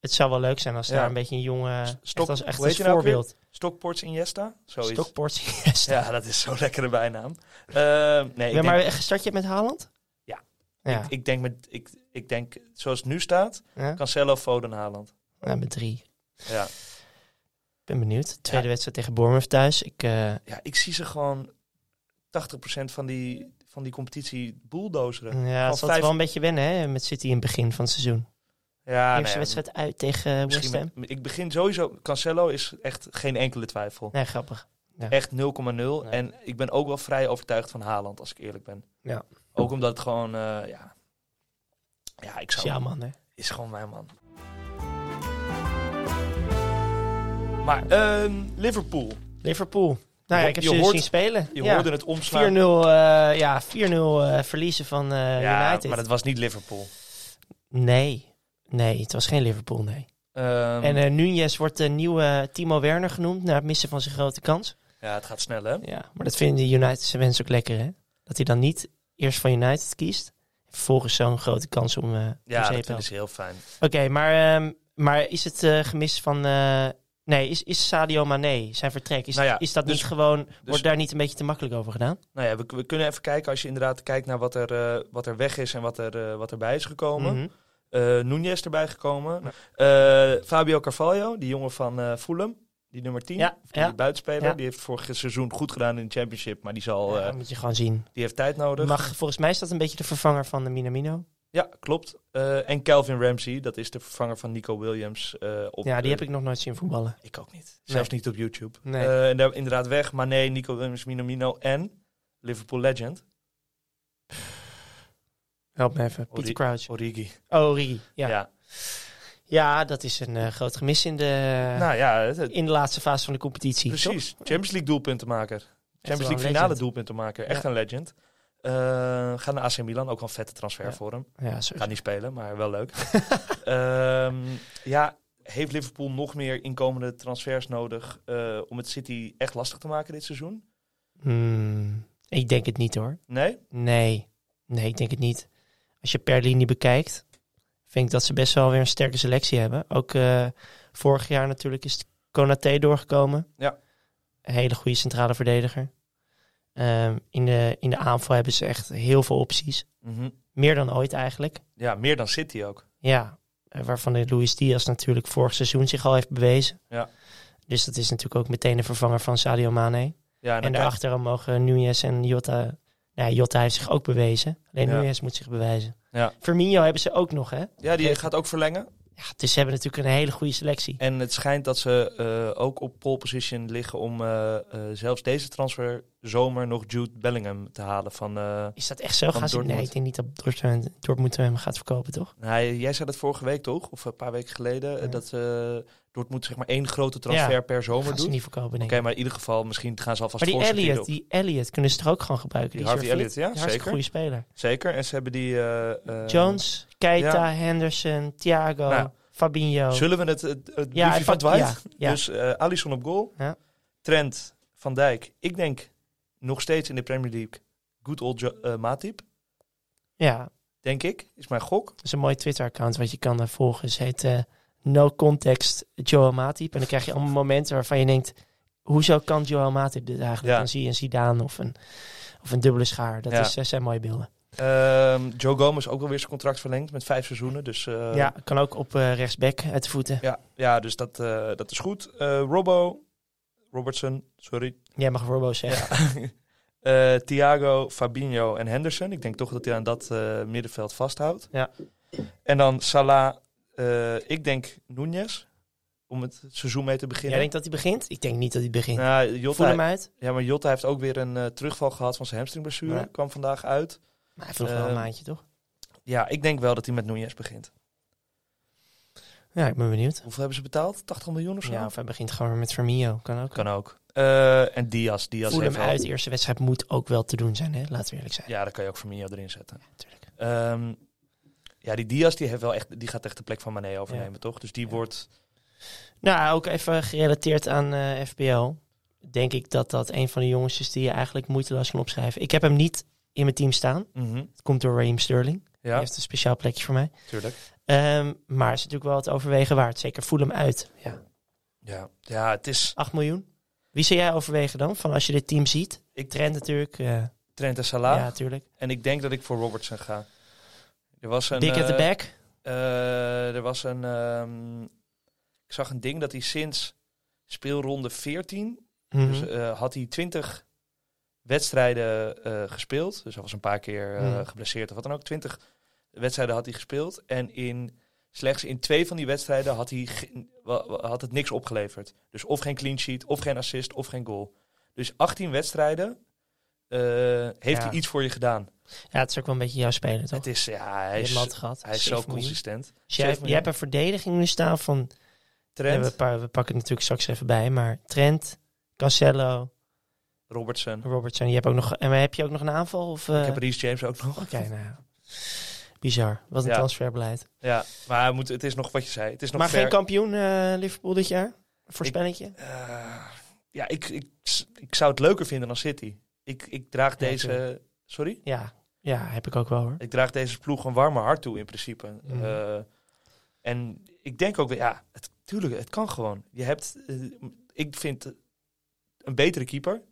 [SPEAKER 4] het zou wel leuk zijn als
[SPEAKER 3] Ja.
[SPEAKER 4] daar een beetje een jonge,
[SPEAKER 3] S-
[SPEAKER 4] echt
[SPEAKER 3] Stok-
[SPEAKER 4] als, echt
[SPEAKER 3] hoe heet
[SPEAKER 4] als
[SPEAKER 3] je nou ook weer?
[SPEAKER 4] voorbeeld.
[SPEAKER 3] Stockports Iniesta? Zoiets.
[SPEAKER 4] <laughs> Stokportie.
[SPEAKER 3] Ja, dat is zo'n lekkere bijnaam. Eh, nee, ik,
[SPEAKER 4] ja,
[SPEAKER 3] denk,
[SPEAKER 4] maar start je met Haaland?
[SPEAKER 3] Ja.
[SPEAKER 4] Ja,
[SPEAKER 3] ik, ik denk met, ik, ik denk, zoals het nu staat,
[SPEAKER 4] ja?
[SPEAKER 3] Cancelo, Foden, Haaland.
[SPEAKER 4] Ja, met drie.
[SPEAKER 3] Ja.
[SPEAKER 4] Ik ben benieuwd. Tweede wedstrijd tegen Bournemouth thuis. Ik, eh,
[SPEAKER 3] ja, ik zie ze gewoon 80% van die, van die competitie bulldozeren.
[SPEAKER 4] ja, het zal
[SPEAKER 3] vijf-
[SPEAKER 4] wel een beetje wennen hè, met City in het begin van het seizoen.
[SPEAKER 3] Ja, Ah,
[SPEAKER 4] Eerste
[SPEAKER 3] nee,
[SPEAKER 4] wedstrijd uit tegen eh,
[SPEAKER 3] misschien
[SPEAKER 4] West Ham.
[SPEAKER 3] met- ik begin sowieso, Cancelo is echt geen enkele twijfel.
[SPEAKER 4] Nee, grappig.
[SPEAKER 3] Echt 0,0. En ik ben ook wel vrij overtuigd van Haaland, als ik eerlijk ben.
[SPEAKER 4] Ja.
[SPEAKER 3] Ook omdat het gewoon, eh, ja... Ja, ik
[SPEAKER 4] Is
[SPEAKER 3] zou...
[SPEAKER 4] jouw man, hè?
[SPEAKER 3] is gewoon mijn man. Maar ehm, Liverpool,
[SPEAKER 4] Liverpool. Nou ja, ik heb
[SPEAKER 3] Je
[SPEAKER 4] ze dus
[SPEAKER 3] hoort-
[SPEAKER 4] zien spelen.
[SPEAKER 3] je
[SPEAKER 4] ja.
[SPEAKER 3] hoorde het
[SPEAKER 4] 4-0
[SPEAKER 3] omslaan.
[SPEAKER 4] eh, ja, 4-0 eh, verliezen van eh,
[SPEAKER 3] ja,
[SPEAKER 4] United.
[SPEAKER 3] maar dat was niet Liverpool.
[SPEAKER 4] Nee. Nee, het was geen Liverpool, nee.
[SPEAKER 3] Ehm,
[SPEAKER 4] en eh Nunez wordt de nieuwe Timo Werner genoemd na het missen van zijn grote kans.
[SPEAKER 3] ja, het gaat snel, hè?
[SPEAKER 4] Ja, maar dat vinden de Unitedse mensen ook lekker, hè? Dat hij dan niet eerst van United kiest. Vervolgens zo'n grote kans om eh om
[SPEAKER 3] Ja,
[SPEAKER 4] zeep
[SPEAKER 3] dat
[SPEAKER 4] helpen.
[SPEAKER 3] vinden ze heel fijn.
[SPEAKER 4] Oké, maar, ehm, maar is het eh, gemis van... eh, nee, is, is Sadio Mané, zijn vertrek, is,
[SPEAKER 3] Nou ja,
[SPEAKER 4] is dat
[SPEAKER 3] dus-
[SPEAKER 4] niet gewoon... wordt daar niet een beetje te makkelijk over gedaan?
[SPEAKER 3] Nou ja, we, we kunnen even kijken als je inderdaad kijkt naar wat er, eh, wat er weg is en wat, er, eh, wat erbij is gekomen.
[SPEAKER 4] Mhm.
[SPEAKER 3] Eh, Nunez erbij gekomen. Eh, Fabio Carvalho, die jongen van eh Fulham, die nummer 10,
[SPEAKER 4] Ja,
[SPEAKER 3] die
[SPEAKER 4] ja.
[SPEAKER 3] buitenspeler.
[SPEAKER 4] Ja.
[SPEAKER 3] Die heeft vorig seizoen goed gedaan in de championship, maar die, zal,
[SPEAKER 4] Ja,
[SPEAKER 3] eh,
[SPEAKER 4] dat moet je gewoon zien.
[SPEAKER 3] die heeft tijd nodig.
[SPEAKER 4] Mag, volgens mij is dat een beetje de vervanger van de Minamino.
[SPEAKER 3] Ja, klopt. Eh, en Calvin Ramsey, dat is de vervanger van Nico Williams. eh, op,
[SPEAKER 4] Ja, die heb
[SPEAKER 3] eh,
[SPEAKER 4] ik nog nooit zien voetballen.
[SPEAKER 3] ik ook niet. Zelfs niet op YouTube.
[SPEAKER 4] Nee.
[SPEAKER 3] Eh, en daar inderdaad weg. Mané, Nico Williams, Minamino en Liverpool legend
[SPEAKER 4] Help me even. Peter
[SPEAKER 3] Origi.
[SPEAKER 4] Crouch.
[SPEAKER 3] Origi.
[SPEAKER 4] Oh, Origi. Ja. ja.
[SPEAKER 3] Ja.
[SPEAKER 4] dat is een eh, groot gemis in de,
[SPEAKER 3] Nou ja, het- het-
[SPEAKER 4] in de laatste fase van de competitie. toch?
[SPEAKER 3] precies. Champions League doelpuntenmaker.
[SPEAKER 4] wel
[SPEAKER 3] Champions
[SPEAKER 4] een
[SPEAKER 3] League finale
[SPEAKER 4] legend.
[SPEAKER 3] doelpuntenmaker. Echt
[SPEAKER 4] Ja.
[SPEAKER 3] een legend. Eh gaat naar AC Milan, ook wel een vette transfer
[SPEAKER 4] Ja.
[SPEAKER 3] voor hem.
[SPEAKER 4] Ja, zo.
[SPEAKER 3] Gaat niet spelen, maar wel leuk. <laughs> Ehm, ja, heeft Liverpool nog meer inkomende transfers nodig eh, om het City echt lastig te maken dit seizoen?
[SPEAKER 4] <laughs> Hmm, ik denk het niet hoor.
[SPEAKER 3] Nee?
[SPEAKER 4] Nee. Nee, ik denk het niet. Als je per linie bekijkt, vind ik dat ze best wel weer een sterke selectie hebben. Ook eh, vorig jaar natuurlijk is Konaté doorgekomen.
[SPEAKER 3] Ja.
[SPEAKER 4] Een hele goede centrale verdediger. Ehm, in, de, in de aanval hebben ze echt heel veel opties.
[SPEAKER 3] Mhm.
[SPEAKER 4] Meer dan ooit eigenlijk.
[SPEAKER 3] Ja, meer dan City ook.
[SPEAKER 4] Ja, eh, waarvan de Luis Diaz natuurlijk vorig seizoen zich al heeft bewezen.
[SPEAKER 3] Ja.
[SPEAKER 4] Dus dat is natuurlijk ook meteen de vervanger van Sadio Mane.
[SPEAKER 3] Ja, en dan
[SPEAKER 4] En
[SPEAKER 3] kijk-
[SPEAKER 4] daarachter mogen Nunez en Jota... Nou ja, Jota heeft zich ook bewezen. Alleen
[SPEAKER 3] Ja.
[SPEAKER 4] Nunez moet zich bewijzen.
[SPEAKER 3] Ja.
[SPEAKER 4] Firmino hebben ze ook nog, hè?
[SPEAKER 3] ja die gaat ook verlengen.
[SPEAKER 4] Ja, dus ze hebben natuurlijk een hele goede selectie.
[SPEAKER 3] En het schijnt dat ze eh, ook op pole position liggen om eh, eh, zelfs deze transfer zomer nog Jude Bellingham te halen. Van, eh,
[SPEAKER 4] Is dat echt zo?
[SPEAKER 3] Van
[SPEAKER 4] Gaan ze... Nee,
[SPEAKER 3] Dortmund.
[SPEAKER 4] ik denk niet dat Dortmund, Dortmund hem gaat verkopen, toch?
[SPEAKER 3] hij, jij zei dat vorige week toch? Of een paar weken geleden. eh,
[SPEAKER 4] Ja.
[SPEAKER 3] Dat eh Dortmund zeg maar één grote transfer
[SPEAKER 4] Ja.
[SPEAKER 3] per zomer
[SPEAKER 4] Gaan ze
[SPEAKER 3] doet. Oké,
[SPEAKER 4] niet verkopen, denk ik.
[SPEAKER 3] maar in ieder geval misschien gaan ze alvast
[SPEAKER 4] Maar die
[SPEAKER 3] voor Santino.
[SPEAKER 4] Elliot, die Elliot kunnen ze toch ook gewoon gebruiken?
[SPEAKER 3] Die
[SPEAKER 4] Die, is
[SPEAKER 3] Harvey
[SPEAKER 4] weer fit.
[SPEAKER 3] Elliott, ja,
[SPEAKER 4] Die hartstikke
[SPEAKER 3] zeker.
[SPEAKER 4] goede speler.
[SPEAKER 3] Zeker. En ze hebben die... eh, eh,
[SPEAKER 4] Jones, Keita, Henderson, Thiago,
[SPEAKER 3] Nou,
[SPEAKER 4] Fabinho.
[SPEAKER 3] Zullen we het, het, het
[SPEAKER 4] Ja,
[SPEAKER 3] briefje van
[SPEAKER 4] pak-
[SPEAKER 3] Dwight?
[SPEAKER 4] ja, ja.
[SPEAKER 3] Dus eh Alisson op goal.
[SPEAKER 4] Ja.
[SPEAKER 3] Trent, Van Dijk. Ik denk nog steeds in de Premier League good old jo- eh, Matip.
[SPEAKER 4] Ja,
[SPEAKER 3] Denk ik. Is mijn gok.
[SPEAKER 4] dat is een mooi Twitter-account wat je kan eh, volgen. Het heet eh, No Context Joel Matip. En dan krijg je allemaal momenten waarvan je denkt... Hoezo kan Joel Matip dit eigenlijk?
[SPEAKER 3] Ja.
[SPEAKER 4] Dan zie je een Zidane of een, of een dubbele schaar. Dat
[SPEAKER 3] Ja.
[SPEAKER 4] is, eh, zijn mooie beelden.
[SPEAKER 3] Ehm, Joe Gomez ook alweer zijn contract verlengd met vijf seizoenen. Dus, eh,
[SPEAKER 4] ja, kan ook op eh, rechtsback uit de voeten.
[SPEAKER 3] ja, ja, dus dat, eh, dat is goed. Eh, Robbo, Robertson, sorry.
[SPEAKER 4] Jij mag Robo zeggen.
[SPEAKER 3] <laughs> Eh, Thiago, Fabinho en Henderson. Ik denk toch dat hij aan dat eh, middenveld vasthoudt.
[SPEAKER 4] Ja.
[SPEAKER 3] En dan Salah, eh, ik denk Nunez. Om het seizoen mee te
[SPEAKER 4] Jij
[SPEAKER 3] beginnen.
[SPEAKER 4] denkt dat hij begint? Ik denk niet dat hij begint.
[SPEAKER 3] Nou,
[SPEAKER 4] Voel hem
[SPEAKER 3] Jota,
[SPEAKER 4] uit.
[SPEAKER 3] ja, maar Jota heeft ook weer een eh, terugval gehad van zijn hamstringblessure.
[SPEAKER 4] Ja.
[SPEAKER 3] Kwam vandaag uit.
[SPEAKER 4] Maar hij heeft nog wel een
[SPEAKER 3] Ehm,
[SPEAKER 4] maandje, toch?
[SPEAKER 3] Ja, ik denk wel dat hij met Nunez begint.
[SPEAKER 4] Ja, ik ben benieuwd.
[SPEAKER 3] Hoeveel hebben ze betaald? 80 miljoen of zo?
[SPEAKER 4] Ja, of hij begint gewoon weer met Firmino. Kan ook.
[SPEAKER 3] Kan ook. Eh, en Diaz. Diaz
[SPEAKER 4] Voel
[SPEAKER 3] heeft
[SPEAKER 4] hem
[SPEAKER 3] wel-
[SPEAKER 4] uit. De eerste wedstrijd moet ook wel te doen zijn, hè? Laten we eerlijk zijn.
[SPEAKER 3] Ja, daar kan je ook Firmino erin zetten.
[SPEAKER 4] natuurlijk.
[SPEAKER 3] Ehm, ja, die Diaz die heeft wel echt, die gaat echt de plek van Mané overnemen,
[SPEAKER 4] Ja.
[SPEAKER 3] toch? Dus die
[SPEAKER 4] Ja.
[SPEAKER 3] wordt...
[SPEAKER 4] Nou, ook even gerelateerd aan eh, FPL. Denk ik dat dat een van de jongens is die je eigenlijk moeiteloos kan opschrijven. Ik heb hem niet in mijn team staan.
[SPEAKER 3] Mhm.
[SPEAKER 4] Het komt door Raheem Sterling.
[SPEAKER 3] Ja,
[SPEAKER 4] Hij heeft een speciaal plekje voor mij.
[SPEAKER 3] tuurlijk.
[SPEAKER 4] Ehm, maar is natuurlijk wel het overwegen waard. Zeker voel hem uit. Ja.
[SPEAKER 3] Ja. ja, het is
[SPEAKER 4] 8 miljoen. Wie zou jij overwegen dan? Van als je dit team ziet.
[SPEAKER 3] Ik-
[SPEAKER 4] Ik trend natuurlijk. eh,
[SPEAKER 3] Trent en Salah.
[SPEAKER 4] ja, natuurlijk.
[SPEAKER 3] En ik denk dat ik voor Robertson ga. Er was een...
[SPEAKER 4] Dick at the
[SPEAKER 3] eh,
[SPEAKER 4] back.
[SPEAKER 3] Eh, er was een. ehm, ik zag een ding dat hij sinds speelronde 14.
[SPEAKER 4] Mhm.
[SPEAKER 3] Dus, eh, had hij 20 wedstrijden eh, gespeeld. Dus hij was een paar keer eh,
[SPEAKER 4] Mhm.
[SPEAKER 3] geblesseerd of wat dan ook. 20 wedstrijden had hij gespeeld. En in. Slechts in twee van die wedstrijden had, hij ge- wa- wa- had het niks opgeleverd. Dus of geen clean sheet, of geen assist, of geen goal. Dus 18 wedstrijden eh, heeft
[SPEAKER 4] Ja.
[SPEAKER 3] hij iets voor je gedaan.
[SPEAKER 4] ja, het is ook wel een beetje jouw speler, toch?
[SPEAKER 3] Het is, ja, hij
[SPEAKER 4] Je
[SPEAKER 3] is,
[SPEAKER 4] hebt hem altijd gehad.
[SPEAKER 3] hij is zo
[SPEAKER 4] Zeven miljoen.
[SPEAKER 3] consistent.
[SPEAKER 4] Dus jij,
[SPEAKER 3] Zeven
[SPEAKER 4] hebt- jij
[SPEAKER 3] miljoen.
[SPEAKER 4] hebt een verdediging nu staan van... Ja,
[SPEAKER 3] Trent,
[SPEAKER 4] we, pa- we pakken het natuurlijk straks even bij, maar Trent, Cancelo,
[SPEAKER 3] Robertson.
[SPEAKER 4] Robertson. Je hebt ook nog, en heb je ook nog een aanval? Of, eh,
[SPEAKER 3] Ik heb Reece James ook nog.
[SPEAKER 4] Oké, nou ja. Bizar. Wat een
[SPEAKER 3] Ja.
[SPEAKER 4] transferbeleid.
[SPEAKER 3] Ja, maar hij moet, het is nog wat je zei. Het is nog
[SPEAKER 4] maar
[SPEAKER 3] ver.
[SPEAKER 4] geen kampioen eh, Liverpool dit jaar? Voorspelletje?
[SPEAKER 3] Eh, ja, ik, ik, ik zou het leuker vinden dan City. Ik, ik draag
[SPEAKER 4] Ja,
[SPEAKER 3] deze... Sorry?
[SPEAKER 4] Ja. ja, heb ik ook wel hoor.
[SPEAKER 3] Ik draag deze ploeg een warme hart toe in principe.
[SPEAKER 4] Mhm.
[SPEAKER 3] Eh, en ik denk ook... wel- Ja, het, tuurlijk, het kan gewoon. Je hebt... eh, ik vind een betere keeper.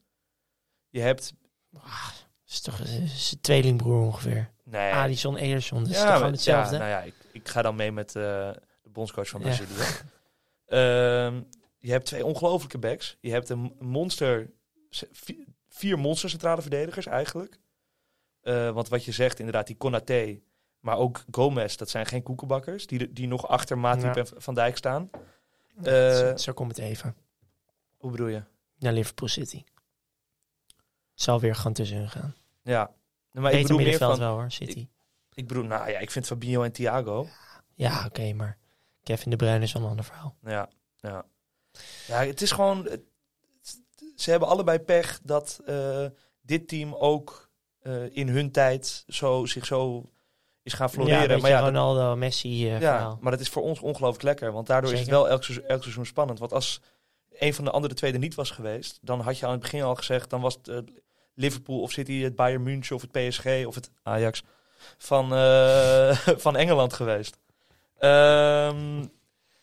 [SPEAKER 3] Je hebt...
[SPEAKER 4] Het is toch eh, zijn tweelingbroer ongeveer.
[SPEAKER 3] Nee,
[SPEAKER 4] Ederson, Ederson, dat is
[SPEAKER 3] Ja,
[SPEAKER 4] toch
[SPEAKER 3] maar-
[SPEAKER 4] gewoon hetzelfde?
[SPEAKER 3] Ja, nou ja, ik, ik ga dan mee met eh, de bondscoach van
[SPEAKER 4] Ja.
[SPEAKER 3] Brazilië. Ehm, je hebt twee ongelofelijke backs. Je hebt een monster, se- vi- vier monster centrale verdedigers eigenlijk. Eh, want wat je zegt, inderdaad, die Konaté, maar ook Gomez, dat zijn geen koekenbakkers. Die, die nog achter Matip
[SPEAKER 4] Ja.
[SPEAKER 3] en Van Dijk staan.
[SPEAKER 4] Zo-
[SPEAKER 3] eh,
[SPEAKER 4] zo komt het even.
[SPEAKER 3] Hoe bedoel je?
[SPEAKER 4] naar Liverpool City. Het zal weer gewoon tussenin gaan.
[SPEAKER 3] Ja. Nee, Maar
[SPEAKER 4] Beter
[SPEAKER 3] ik bedoel meer
[SPEAKER 4] middenveld
[SPEAKER 3] van...
[SPEAKER 4] wel hoor, City.
[SPEAKER 3] Ik bedoel, nou ja, ik vind Fabinho en Thiago...
[SPEAKER 4] Ja, oké, maar Kevin De Bruyne is wel een ander verhaal.
[SPEAKER 3] Ja, ja. Ja, het is gewoon... het- Ze hebben allebei pech dat eh, dit team ook eh, in hun tijd zo, zich zo is gaan
[SPEAKER 4] ja,
[SPEAKER 3] floreren.
[SPEAKER 4] een
[SPEAKER 3] maar
[SPEAKER 4] beetje
[SPEAKER 3] ja, dat,
[SPEAKER 4] Ronaldo, Messi eh,
[SPEAKER 3] ja,
[SPEAKER 4] verhaal.
[SPEAKER 3] maar dat is voor ons ongelooflijk lekker. Want daardoor is het
[SPEAKER 4] Zeker.
[SPEAKER 3] wel elk seizoen, elk seizoen spannend. Want als een van de andere twee er niet was geweest... dan had je aan het begin al gezegd... dan was het eh, Liverpool of City, het Bayern <laughs> München of het PSG... of het Ajax van, eh, van Engeland geweest. Ehm, nou,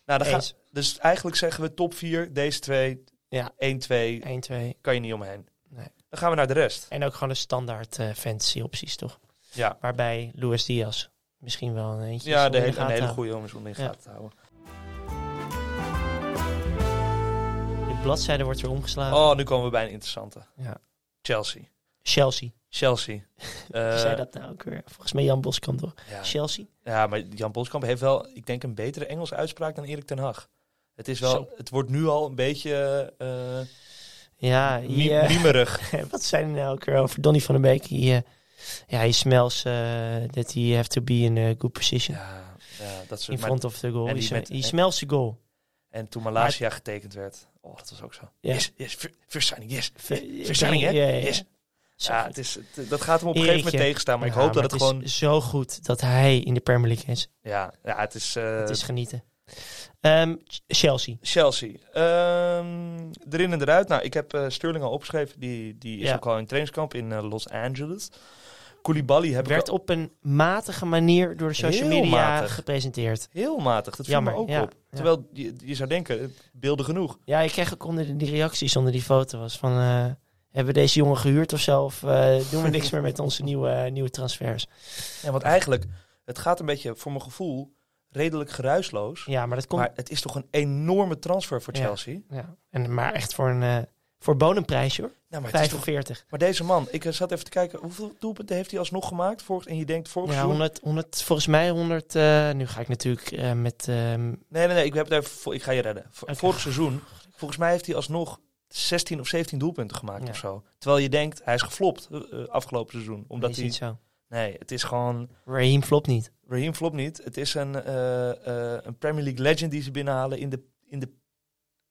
[SPEAKER 3] dan
[SPEAKER 4] Eens.
[SPEAKER 3] gaat, dus eigenlijk zeggen we top 4, deze twee,
[SPEAKER 4] Ja.
[SPEAKER 3] 1, 2,
[SPEAKER 4] 1, 2.
[SPEAKER 3] kan je niet omheen.
[SPEAKER 4] Nee.
[SPEAKER 3] Dan gaan we naar de rest.
[SPEAKER 4] En ook gewoon de standaard eh, fantasy opties, toch?
[SPEAKER 3] Ja,
[SPEAKER 4] Waarbij Luis Diaz misschien wel een eentje is
[SPEAKER 3] ja
[SPEAKER 4] om
[SPEAKER 3] de
[SPEAKER 4] in
[SPEAKER 3] hele,
[SPEAKER 4] gaten
[SPEAKER 3] een hele
[SPEAKER 4] te
[SPEAKER 3] goede om eens om in de
[SPEAKER 4] Ja.
[SPEAKER 3] gaten te houden.
[SPEAKER 4] houden. De bladzijde wordt weer omgeslagen.
[SPEAKER 3] Oh, nu komen we bij een interessante.
[SPEAKER 4] Ah. Ja.
[SPEAKER 3] Chelsea.
[SPEAKER 4] Chelsea. <laughs>
[SPEAKER 3] Chelsea. Eh,
[SPEAKER 4] Wie zei dat nou ook weer? Volgens mij Jan Boskamp, toch?
[SPEAKER 3] Ja.
[SPEAKER 4] Chelsea?
[SPEAKER 3] Ja, maar Jan Boskamp heeft wel, ik denk, een betere Engels uitspraak dan Erik ten Hag. Het, is wel,
[SPEAKER 4] Zo.
[SPEAKER 3] het wordt nu al een beetje eh
[SPEAKER 4] Ja,
[SPEAKER 3] mie-
[SPEAKER 4] hier,
[SPEAKER 3] miemerig.
[SPEAKER 4] <laughs> wat zei hij nou ook weer over Donny van der Beek? Hij, eh, ja, hij smells eh, that he have to be in a good position.
[SPEAKER 3] Ja, ja, dat
[SPEAKER 4] in
[SPEAKER 3] soort maar,
[SPEAKER 4] front of the goal.
[SPEAKER 3] en
[SPEAKER 4] Hij
[SPEAKER 3] die
[SPEAKER 4] sm-
[SPEAKER 3] met-
[SPEAKER 4] Hij smells the goal.
[SPEAKER 3] En toen Malasia getekend werd. Oh, dat was ook zo.
[SPEAKER 4] Ja.
[SPEAKER 3] Yes, yes, fir- first signing, yes.
[SPEAKER 4] Ver-
[SPEAKER 3] Verzameling, hè?
[SPEAKER 4] Ja, ja, ja.
[SPEAKER 3] Yes.
[SPEAKER 4] Zo
[SPEAKER 3] Ja,
[SPEAKER 4] goed.
[SPEAKER 3] het is, het- dat gaat hem op een gegeven moment
[SPEAKER 4] Erikje.
[SPEAKER 3] tegenstaan. Maar ik
[SPEAKER 4] Ja,
[SPEAKER 3] hoop dat
[SPEAKER 4] maar
[SPEAKER 3] het, gewoon...
[SPEAKER 4] is zo goed dat hij in de Premier League is.
[SPEAKER 3] Ja, ja, het is... eh,
[SPEAKER 4] het is genieten. Ehm, Ch- Chelsea.
[SPEAKER 3] Chelsea. Ehm, erin en eruit. Nou, ik heb eh, Sterling al opgeschreven. Die, die is
[SPEAKER 4] Ja.
[SPEAKER 3] ook al in trainingskamp in eh, Los Angeles. Koulibaly heb ik
[SPEAKER 4] Werd
[SPEAKER 3] al-
[SPEAKER 4] op een matige manier door de social
[SPEAKER 3] Heel
[SPEAKER 4] media
[SPEAKER 3] matig.
[SPEAKER 4] gepresenteerd.
[SPEAKER 3] heel matig. Dat viel
[SPEAKER 4] Jammer,
[SPEAKER 3] me ook
[SPEAKER 4] ja,
[SPEAKER 3] op.
[SPEAKER 4] ja.
[SPEAKER 3] Terwijl je, je zou denken, eh, beelden genoeg.
[SPEAKER 4] Ja, ik kreeg ook onder de, die reacties onder die foto was van... eh, hebben we deze jongen gehuurd of zo? Of eh, doen we
[SPEAKER 3] <laughs>
[SPEAKER 4] niks meer met onze nieuwe, eh, nieuwe transfers?
[SPEAKER 3] Ja, want eigenlijk, het gaat een beetje, voor mijn gevoel, redelijk geruisloos.
[SPEAKER 4] Ja, maar dat komt...
[SPEAKER 3] Maar het is toch een enorme transfer voor
[SPEAKER 4] Ja.
[SPEAKER 3] Chelsea.
[SPEAKER 4] ja. En, maar echt voor een eh voor bonenprijs, hoor.
[SPEAKER 3] Nou, maar, het is toch-
[SPEAKER 4] 45.
[SPEAKER 3] maar deze man, ik eh, zat even te kijken, hoeveel doelpunten heeft hij alsnog gemaakt? Vorig, en je denkt, vorig
[SPEAKER 4] Ja,
[SPEAKER 3] seizoen-
[SPEAKER 4] 100, 100, volgens mij 100... eh, nu ga ik natuurlijk eh, met... ehm,
[SPEAKER 3] Nee, nee, nee, ik, heb het even, voor- ik ga je redden. Vo-
[SPEAKER 4] Oké.
[SPEAKER 3] Vorig seizoen, volgens mij heeft hij alsnog 16 of 17 doelpunten gemaakt
[SPEAKER 4] Ja.
[SPEAKER 3] of zo. Terwijl je denkt, hij is geflopt eh, eh, afgelopen seizoen. Omdat
[SPEAKER 4] is niet
[SPEAKER 3] hij...
[SPEAKER 4] zo.
[SPEAKER 3] Nee, het is gewoon...
[SPEAKER 4] Raheem flopt niet.
[SPEAKER 3] Raheem flopt niet. Het is een, eh, eh, een Premier League legend die ze binnenhalen in de, in de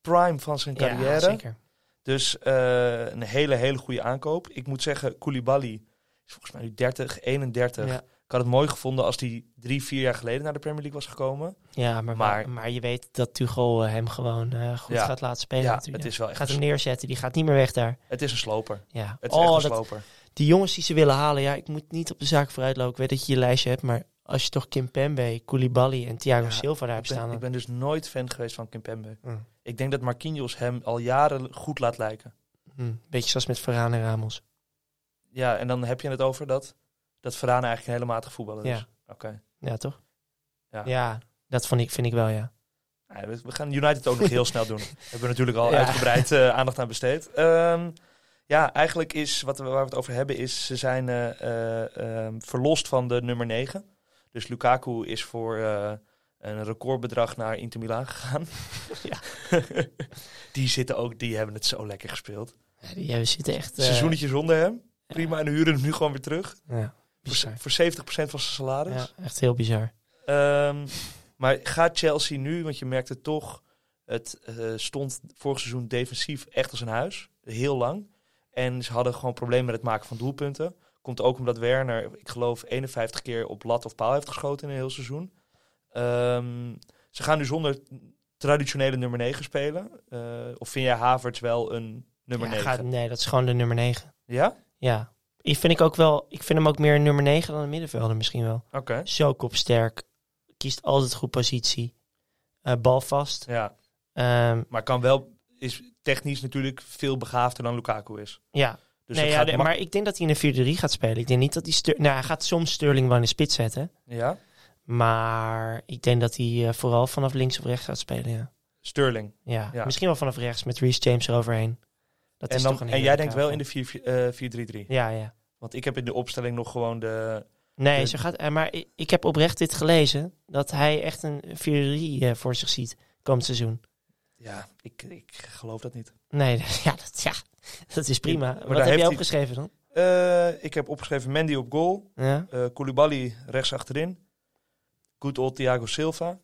[SPEAKER 3] prime van zijn
[SPEAKER 4] Ja,
[SPEAKER 3] carrière.
[SPEAKER 4] zeker.
[SPEAKER 3] dus eh, een hele, hele goede aankoop. Ik moet zeggen, Koulibaly is volgens mij nu 30, 31.
[SPEAKER 4] Ja.
[SPEAKER 3] Ik had het mooi gevonden als hij drie, vier jaar geleden naar de Premier League was gekomen.
[SPEAKER 4] Ja, maar, maar,
[SPEAKER 3] Maar-
[SPEAKER 4] je weet dat Tuchel eh, hem gewoon eh, goed
[SPEAKER 3] Ja.
[SPEAKER 4] gaat laten spelen.
[SPEAKER 3] Ja,
[SPEAKER 4] natuurlijk.
[SPEAKER 3] het is wel echt
[SPEAKER 4] Gaat hem
[SPEAKER 3] een,
[SPEAKER 4] neerzetten, die gaat niet meer weg daar.
[SPEAKER 3] het is een sloper.
[SPEAKER 4] Ja.
[SPEAKER 3] Het is
[SPEAKER 4] oh,
[SPEAKER 3] echt een
[SPEAKER 4] dat,
[SPEAKER 3] sloper.
[SPEAKER 4] die jongens die ze willen halen. Ja, ik moet niet op de zaak vooruitlopen. Ik weet dat je je lijstje hebt, maar als je toch Kim Pembe, Koulibaly en Thiago
[SPEAKER 3] Ja,
[SPEAKER 4] Silva daar
[SPEAKER 3] Ik
[SPEAKER 4] hebt staan.
[SPEAKER 3] ben, ik
[SPEAKER 4] dan-
[SPEAKER 3] ben dus nooit fan geweest van Kimpembe.
[SPEAKER 4] Mm.
[SPEAKER 3] Ik denk dat Marquinhos hem al jaren goed laat lijken.
[SPEAKER 4] Hm, beetje zoals met Ferran en Ramos.
[SPEAKER 3] Ja, en dan heb je het over dat, dat Varane eigenlijk een hele matige voetballer is.
[SPEAKER 4] Ja.
[SPEAKER 3] Oké.
[SPEAKER 4] Ja, toch?
[SPEAKER 3] Ja.
[SPEAKER 4] dat vond ik, vind ik wel, ja.
[SPEAKER 3] Nou ja, we- we gaan United ook nog heel snel
[SPEAKER 4] <laughs>
[SPEAKER 3] doen. We hebben natuurlijk al
[SPEAKER 4] Ja.
[SPEAKER 3] uitgebreid eh, aandacht aan besteed. Ehm, ja, eigenlijk is wat we, waar we het over hebben is ze zijn eh, eh, ehm, verlost van de nummer 9. Dus Lukaku is voor eh, een recordbedrag naar Inter Milan gegaan.
[SPEAKER 4] Ja.
[SPEAKER 3] <laughs> die zitten ook, die hebben het zo lekker gespeeld.
[SPEAKER 4] Ja, die- ja, we zitten echt... eh,
[SPEAKER 3] Seizoentje zonder hem.
[SPEAKER 4] ja.
[SPEAKER 3] Prima, en huren hem nu gewoon weer terug.
[SPEAKER 4] Ja,
[SPEAKER 3] Voor,
[SPEAKER 4] bizar.
[SPEAKER 3] voor 70% van zijn salaris.
[SPEAKER 4] Ja, echt heel bizar.
[SPEAKER 3] Ehm, maar gaat Chelsea nu, want je merkte toch, het eh, stond vorig seizoen defensief echt als een huis. Heel lang. En ze hadden gewoon problemen met het maken van doelpunten. Komt ook omdat Werner, ik geloof, 51 keer op lat of paal heeft geschoten in een heel seizoen. Ehm, ze gaan nu zonder traditionele nummer 9 spelen. Eh, of vind jij Havertz wel een nummer
[SPEAKER 4] Ja,
[SPEAKER 3] 9?
[SPEAKER 4] gaat- nee, dat is gewoon de nummer 9.
[SPEAKER 3] Ja?
[SPEAKER 4] Ja. Ik vind, ik, ook wel, ik vind hem ook meer een nummer 9 dan een middenvelder misschien wel.
[SPEAKER 3] Oké.
[SPEAKER 4] zo kopsterk. Kiest altijd goed positie. Eh, balvast.
[SPEAKER 3] Ja,
[SPEAKER 4] Ehm,
[SPEAKER 3] maar kan wel, is technisch natuurlijk veel begaafder dan Lukaku is.
[SPEAKER 4] ja,
[SPEAKER 3] Dus
[SPEAKER 4] nee,
[SPEAKER 3] het
[SPEAKER 4] ja
[SPEAKER 3] gaat
[SPEAKER 4] de-
[SPEAKER 3] mak-
[SPEAKER 4] maar ik denk dat hij in een 4-3 gaat spelen. Ik denk niet dat hij... Stur- nou, hij gaat soms Sterling wel in de spits zetten.
[SPEAKER 3] Ja?
[SPEAKER 4] Maar ik denk dat hij eh, vooral vanaf links of rechts gaat spelen, ja.
[SPEAKER 3] Sterling.
[SPEAKER 4] ja.
[SPEAKER 3] Ja.
[SPEAKER 4] Misschien wel vanaf rechts met Reece James eroverheen. Dat
[SPEAKER 3] en,
[SPEAKER 4] is
[SPEAKER 3] dan,
[SPEAKER 4] toch een
[SPEAKER 3] en jij
[SPEAKER 4] heerlijke
[SPEAKER 3] denkt wel in
[SPEAKER 4] aanval.
[SPEAKER 3] de 4, eh, 4-3-3.
[SPEAKER 4] Ja, ja.
[SPEAKER 3] Want ik heb in de opstelling nog gewoon de...
[SPEAKER 4] Nee,
[SPEAKER 3] De-
[SPEAKER 4] zo gaat, eh, maar ik, ik heb oprecht dit gelezen. Dat hij echt een 4-3 eh, voor zich ziet komend seizoen.
[SPEAKER 3] Ja, ik, ik geloof dat niet.
[SPEAKER 4] Nee, <laughs> ja, dat, ja, dat is prima.
[SPEAKER 3] daar
[SPEAKER 4] Wat heb
[SPEAKER 3] heeft
[SPEAKER 4] jij
[SPEAKER 3] hij-
[SPEAKER 4] opgeschreven dan?
[SPEAKER 3] Eh, ik heb opgeschreven Mandy op goal.
[SPEAKER 4] Ja.
[SPEAKER 3] eh Koulibaly rechts achterin. Good old Thiago Silva.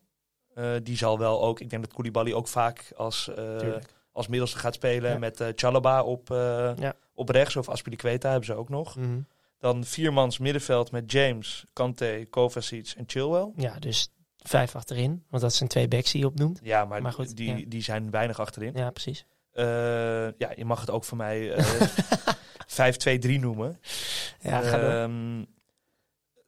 [SPEAKER 3] Eh, die zal wel ook... Ik denk dat Koulibaly ook vaak als, eh
[SPEAKER 4] Tuurlijk.
[SPEAKER 3] als middelste gaat spelen.
[SPEAKER 4] Ja.
[SPEAKER 3] Met eh Chalaba op, eh,
[SPEAKER 4] Ja.
[SPEAKER 3] op rechts. Of Aspilicueta hebben ze ook nog.
[SPEAKER 4] Mhm.
[SPEAKER 3] Dan viermans middenveld met James, Kante, Kovacic en Chilwell.
[SPEAKER 4] Ja, dus vijf achterin. Want dat zijn twee backs die je opnoemt.
[SPEAKER 3] Ja, maar,
[SPEAKER 4] Maar goed,
[SPEAKER 3] die,
[SPEAKER 4] ja.
[SPEAKER 3] die zijn weinig achterin.
[SPEAKER 4] Ja, precies.
[SPEAKER 3] Eh, ja, je mag het ook voor
[SPEAKER 4] <laughs>
[SPEAKER 3] mij eh 5-2-3 noemen.
[SPEAKER 4] Ja, ga door.
[SPEAKER 3] Ehm,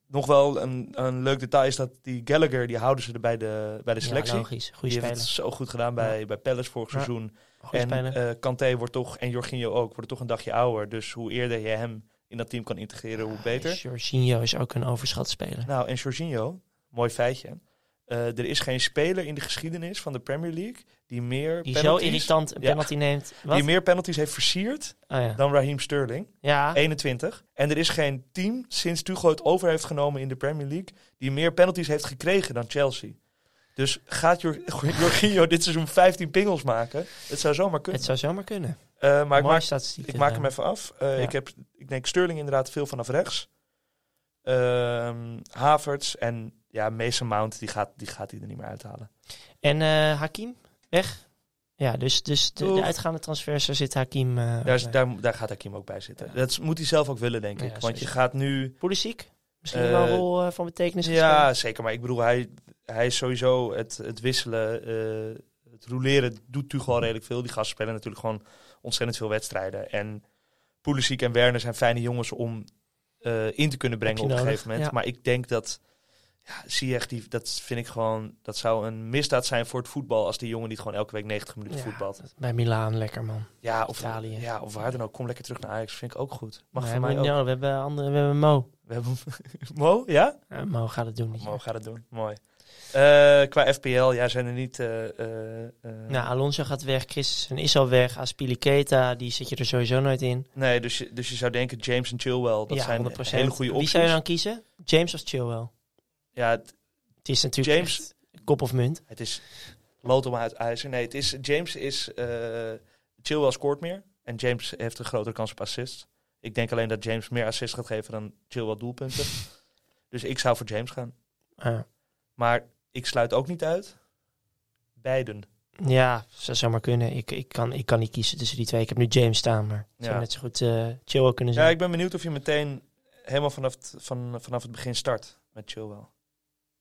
[SPEAKER 3] nog wel een, een leuk detail is dat die Gallagher, die houden ze er bij de, bij de selectie.
[SPEAKER 4] Ja, logisch. Goede
[SPEAKER 3] die heeft
[SPEAKER 4] speler.
[SPEAKER 3] het zo goed gedaan bij, bij Palace vorig
[SPEAKER 4] Ja.
[SPEAKER 3] seizoen.
[SPEAKER 4] Goede
[SPEAKER 3] En
[SPEAKER 4] speler.
[SPEAKER 3] eh Kanté wordt toch, en Jorginho ook, worden toch een dagje ouder. Dus hoe eerder je hem in dat team kan integreren, eh, hoe beter.
[SPEAKER 4] Jorginho is ook een overschat speler.
[SPEAKER 3] Nou, en Jorginho, mooi feitje. Eh, er is geen speler in de geschiedenis van de Premier League die meer,
[SPEAKER 4] Die zo
[SPEAKER 3] penalties,
[SPEAKER 4] irritant een
[SPEAKER 3] Ja.
[SPEAKER 4] penalty neemt. Wat?
[SPEAKER 3] die meer penalties heeft versierd
[SPEAKER 4] Oh, ja.
[SPEAKER 3] dan Raheem Sterling.
[SPEAKER 4] ja.
[SPEAKER 3] 21. En er is geen team sinds Tuchel het over heeft genomen in de Premier League die meer penalties heeft gekregen dan Chelsea. Dus gaat Jor- <laughs> Jorginho dit seizoen 15 pingels maken? Het zou zomaar kunnen.
[SPEAKER 4] Het zou zomaar kunnen.
[SPEAKER 3] Eh, maar ik
[SPEAKER 4] Mooie
[SPEAKER 3] maak,
[SPEAKER 4] statistiek.
[SPEAKER 3] ik maak hem
[SPEAKER 4] inderdaad.
[SPEAKER 3] even af. Eh,
[SPEAKER 4] Ja.
[SPEAKER 3] Ik heb, ik denk Sterling inderdaad veel vanaf rechts. Ehm, Havertz en ja, Mason Mount, die gaat, die gaat hij er niet meer uithalen.
[SPEAKER 4] En eh, Hakim, weg. Ja, dus, dus de, de
[SPEAKER 3] Doeg.
[SPEAKER 4] uitgaande transfers, daar zit Hakim. eh, ook
[SPEAKER 3] Daar, is-
[SPEAKER 4] bij.
[SPEAKER 3] daar, daar gaat Hakim ook bij zitten.
[SPEAKER 4] Ja.
[SPEAKER 3] Dat is- moet hij zelf ook willen, denk
[SPEAKER 4] Ja,
[SPEAKER 3] ik. Want
[SPEAKER 4] sowieso.
[SPEAKER 3] je gaat nu...
[SPEAKER 4] Pulisic? Misschien
[SPEAKER 3] Eh,
[SPEAKER 4] wel een rol eh, van betekenis. gespeeld?
[SPEAKER 3] Ja, zeker. Maar ik bedoel, hij, hij is sowieso het, het wisselen, eh, het roleren doet Tuchel al redelijk veel. Die gasten spelen natuurlijk gewoon ontzettend veel wedstrijden. En Pulisic en Werner zijn fijne jongens om eh, in te kunnen brengen
[SPEAKER 4] Heb
[SPEAKER 3] op
[SPEAKER 4] je
[SPEAKER 3] een
[SPEAKER 4] nodig,
[SPEAKER 3] gegeven moment.
[SPEAKER 4] ja.
[SPEAKER 3] Maar ik denk dat, ja, Ziyech, die, dat vind ik gewoon, dat zou een misdaad zijn voor het voetbal als die jongen die gewoon elke week 90 minuten
[SPEAKER 4] Ja,
[SPEAKER 3] voetbalt.
[SPEAKER 4] Bij Milaan, lekker man.
[SPEAKER 3] Ja, of,
[SPEAKER 4] Italië.
[SPEAKER 3] ja, of waar dan ook. Kom lekker terug naar Ajax, vind ik ook goed. Mag
[SPEAKER 4] Nee,
[SPEAKER 3] voor
[SPEAKER 4] maar
[SPEAKER 3] mij ook.
[SPEAKER 4] nou, we hebben andere, we hebben Mo.
[SPEAKER 3] We hebben <laughs> Mo, ja?
[SPEAKER 4] Ja, Mo gaat het doen. dit
[SPEAKER 3] Mo
[SPEAKER 4] jaar.
[SPEAKER 3] gaat het doen. Mooi. Eh, qua FPL, ja, zijn er niet. eh, eh, eh,
[SPEAKER 4] Nou, Alonso gaat weg, Christensen is al weg, Aspilicueta, die zit je er sowieso nooit in.
[SPEAKER 3] Nee, dus je, dus je zou denken James en Chilwell, dat
[SPEAKER 4] ja,
[SPEAKER 3] zijn
[SPEAKER 4] 100%.
[SPEAKER 3] hele goede
[SPEAKER 4] Wie
[SPEAKER 3] opties.
[SPEAKER 4] zou je dan kiezen? James of Chilwell?
[SPEAKER 3] Ja, het,
[SPEAKER 4] Het is natuurlijk
[SPEAKER 3] James-
[SPEAKER 4] echt kop of munt.
[SPEAKER 3] het is lood om uit ijzer. Nee, het is, James is. eh, Chilwell scoort meer en James heeft een grotere kans op assist. Ik denk alleen dat James meer assist gaat geven dan Chilwell
[SPEAKER 4] <laughs>
[SPEAKER 3] doelpunten. dus ik zou voor James gaan.
[SPEAKER 4] Ah,
[SPEAKER 3] Maar ik sluit ook niet uit. Beiden.
[SPEAKER 4] ja, zou zomaar kunnen. Ik, ik, kan, ik kan niet kiezen tussen die twee. Ik heb nu James staan, maar het zou
[SPEAKER 3] Ja.
[SPEAKER 4] net zo goed eh Chilwell kunnen
[SPEAKER 3] Ja,
[SPEAKER 4] zijn.
[SPEAKER 3] ik ben benieuwd of je meteen helemaal vanaf, het- van, vanaf het begin start met Chilwell.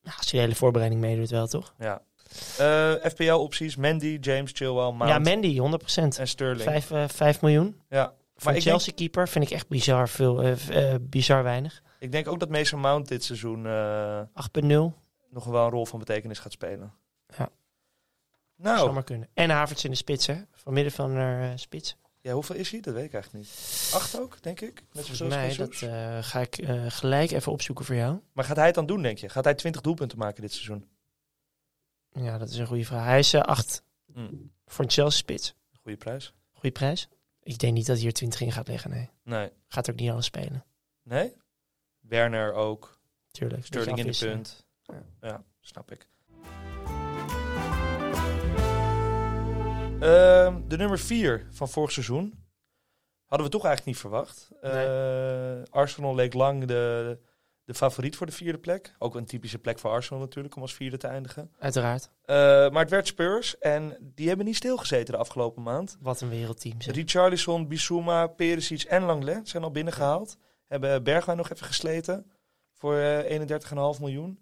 [SPEAKER 4] Nou, als je de hele voorbereiding meedoet wel, toch?
[SPEAKER 3] Ja. Eh, FPL-opties, Mandy, James, Chilwell, Mount
[SPEAKER 4] Ja, Mandy, 100%.
[SPEAKER 3] en Sterling.
[SPEAKER 4] Vijf, eh, vijf miljoen.
[SPEAKER 3] Ja.
[SPEAKER 4] Van
[SPEAKER 3] ik
[SPEAKER 4] Chelsea-keeper vind ik echt bizar, veel, eh, v- eh, bizar weinig. 8.0.
[SPEAKER 3] Ik denk ook dat Mason Mount dit seizoen eh, nog wel een rol van betekenis gaat spelen.
[SPEAKER 4] Ja. Zou
[SPEAKER 3] Nou,
[SPEAKER 4] maar kunnen. En Havertz in de spits, hè? Van midden van naar eh, spits.
[SPEAKER 3] ja, hoeveel is hij? Dat weet ik eigenlijk niet. Acht ook, denk ik. Net
[SPEAKER 4] Volgens
[SPEAKER 3] zoals
[SPEAKER 4] mij, dat
[SPEAKER 3] Jesus.
[SPEAKER 4] eh, ga ik eh, gelijk even opzoeken voor jou.
[SPEAKER 3] Maar gaat hij het dan doen, denk je? Gaat hij 20 doelpunten maken dit seizoen?
[SPEAKER 4] Ja, dat is een goede vraag. Hij is 8
[SPEAKER 3] Mm.
[SPEAKER 4] voor een Chelsea-spits.
[SPEAKER 3] Goeie prijs.
[SPEAKER 4] Goede prijs. Ik denk niet dat hij er 20 in gaat liggen, nee.
[SPEAKER 3] Nee.
[SPEAKER 4] Gaat ook niet alles spelen.
[SPEAKER 3] Nee? Werner ook.
[SPEAKER 4] Tuurlijk.
[SPEAKER 3] Sterling in de
[SPEAKER 4] Beetje afwisselen.
[SPEAKER 3] punt. Ja, snap ik. Ehm, de nummer 4 van vorig seizoen hadden we toch eigenlijk niet verwacht. Eh, Arsenal leek lang de, de favoriet voor de vierde plek. Ook een typische plek voor Arsenal natuurlijk om als vierde te eindigen.
[SPEAKER 4] Uiteraard.
[SPEAKER 3] Eh, maar het werd Spurs en die hebben niet stilgezeten de afgelopen maand.
[SPEAKER 4] Wat een wereldteam. zeg.
[SPEAKER 3] Richarlison, Bissouma, Perisic en Langlet zijn al binnengehaald. Hebben Bergwijn nog even gesleten voor eh, 31,5 miljoen.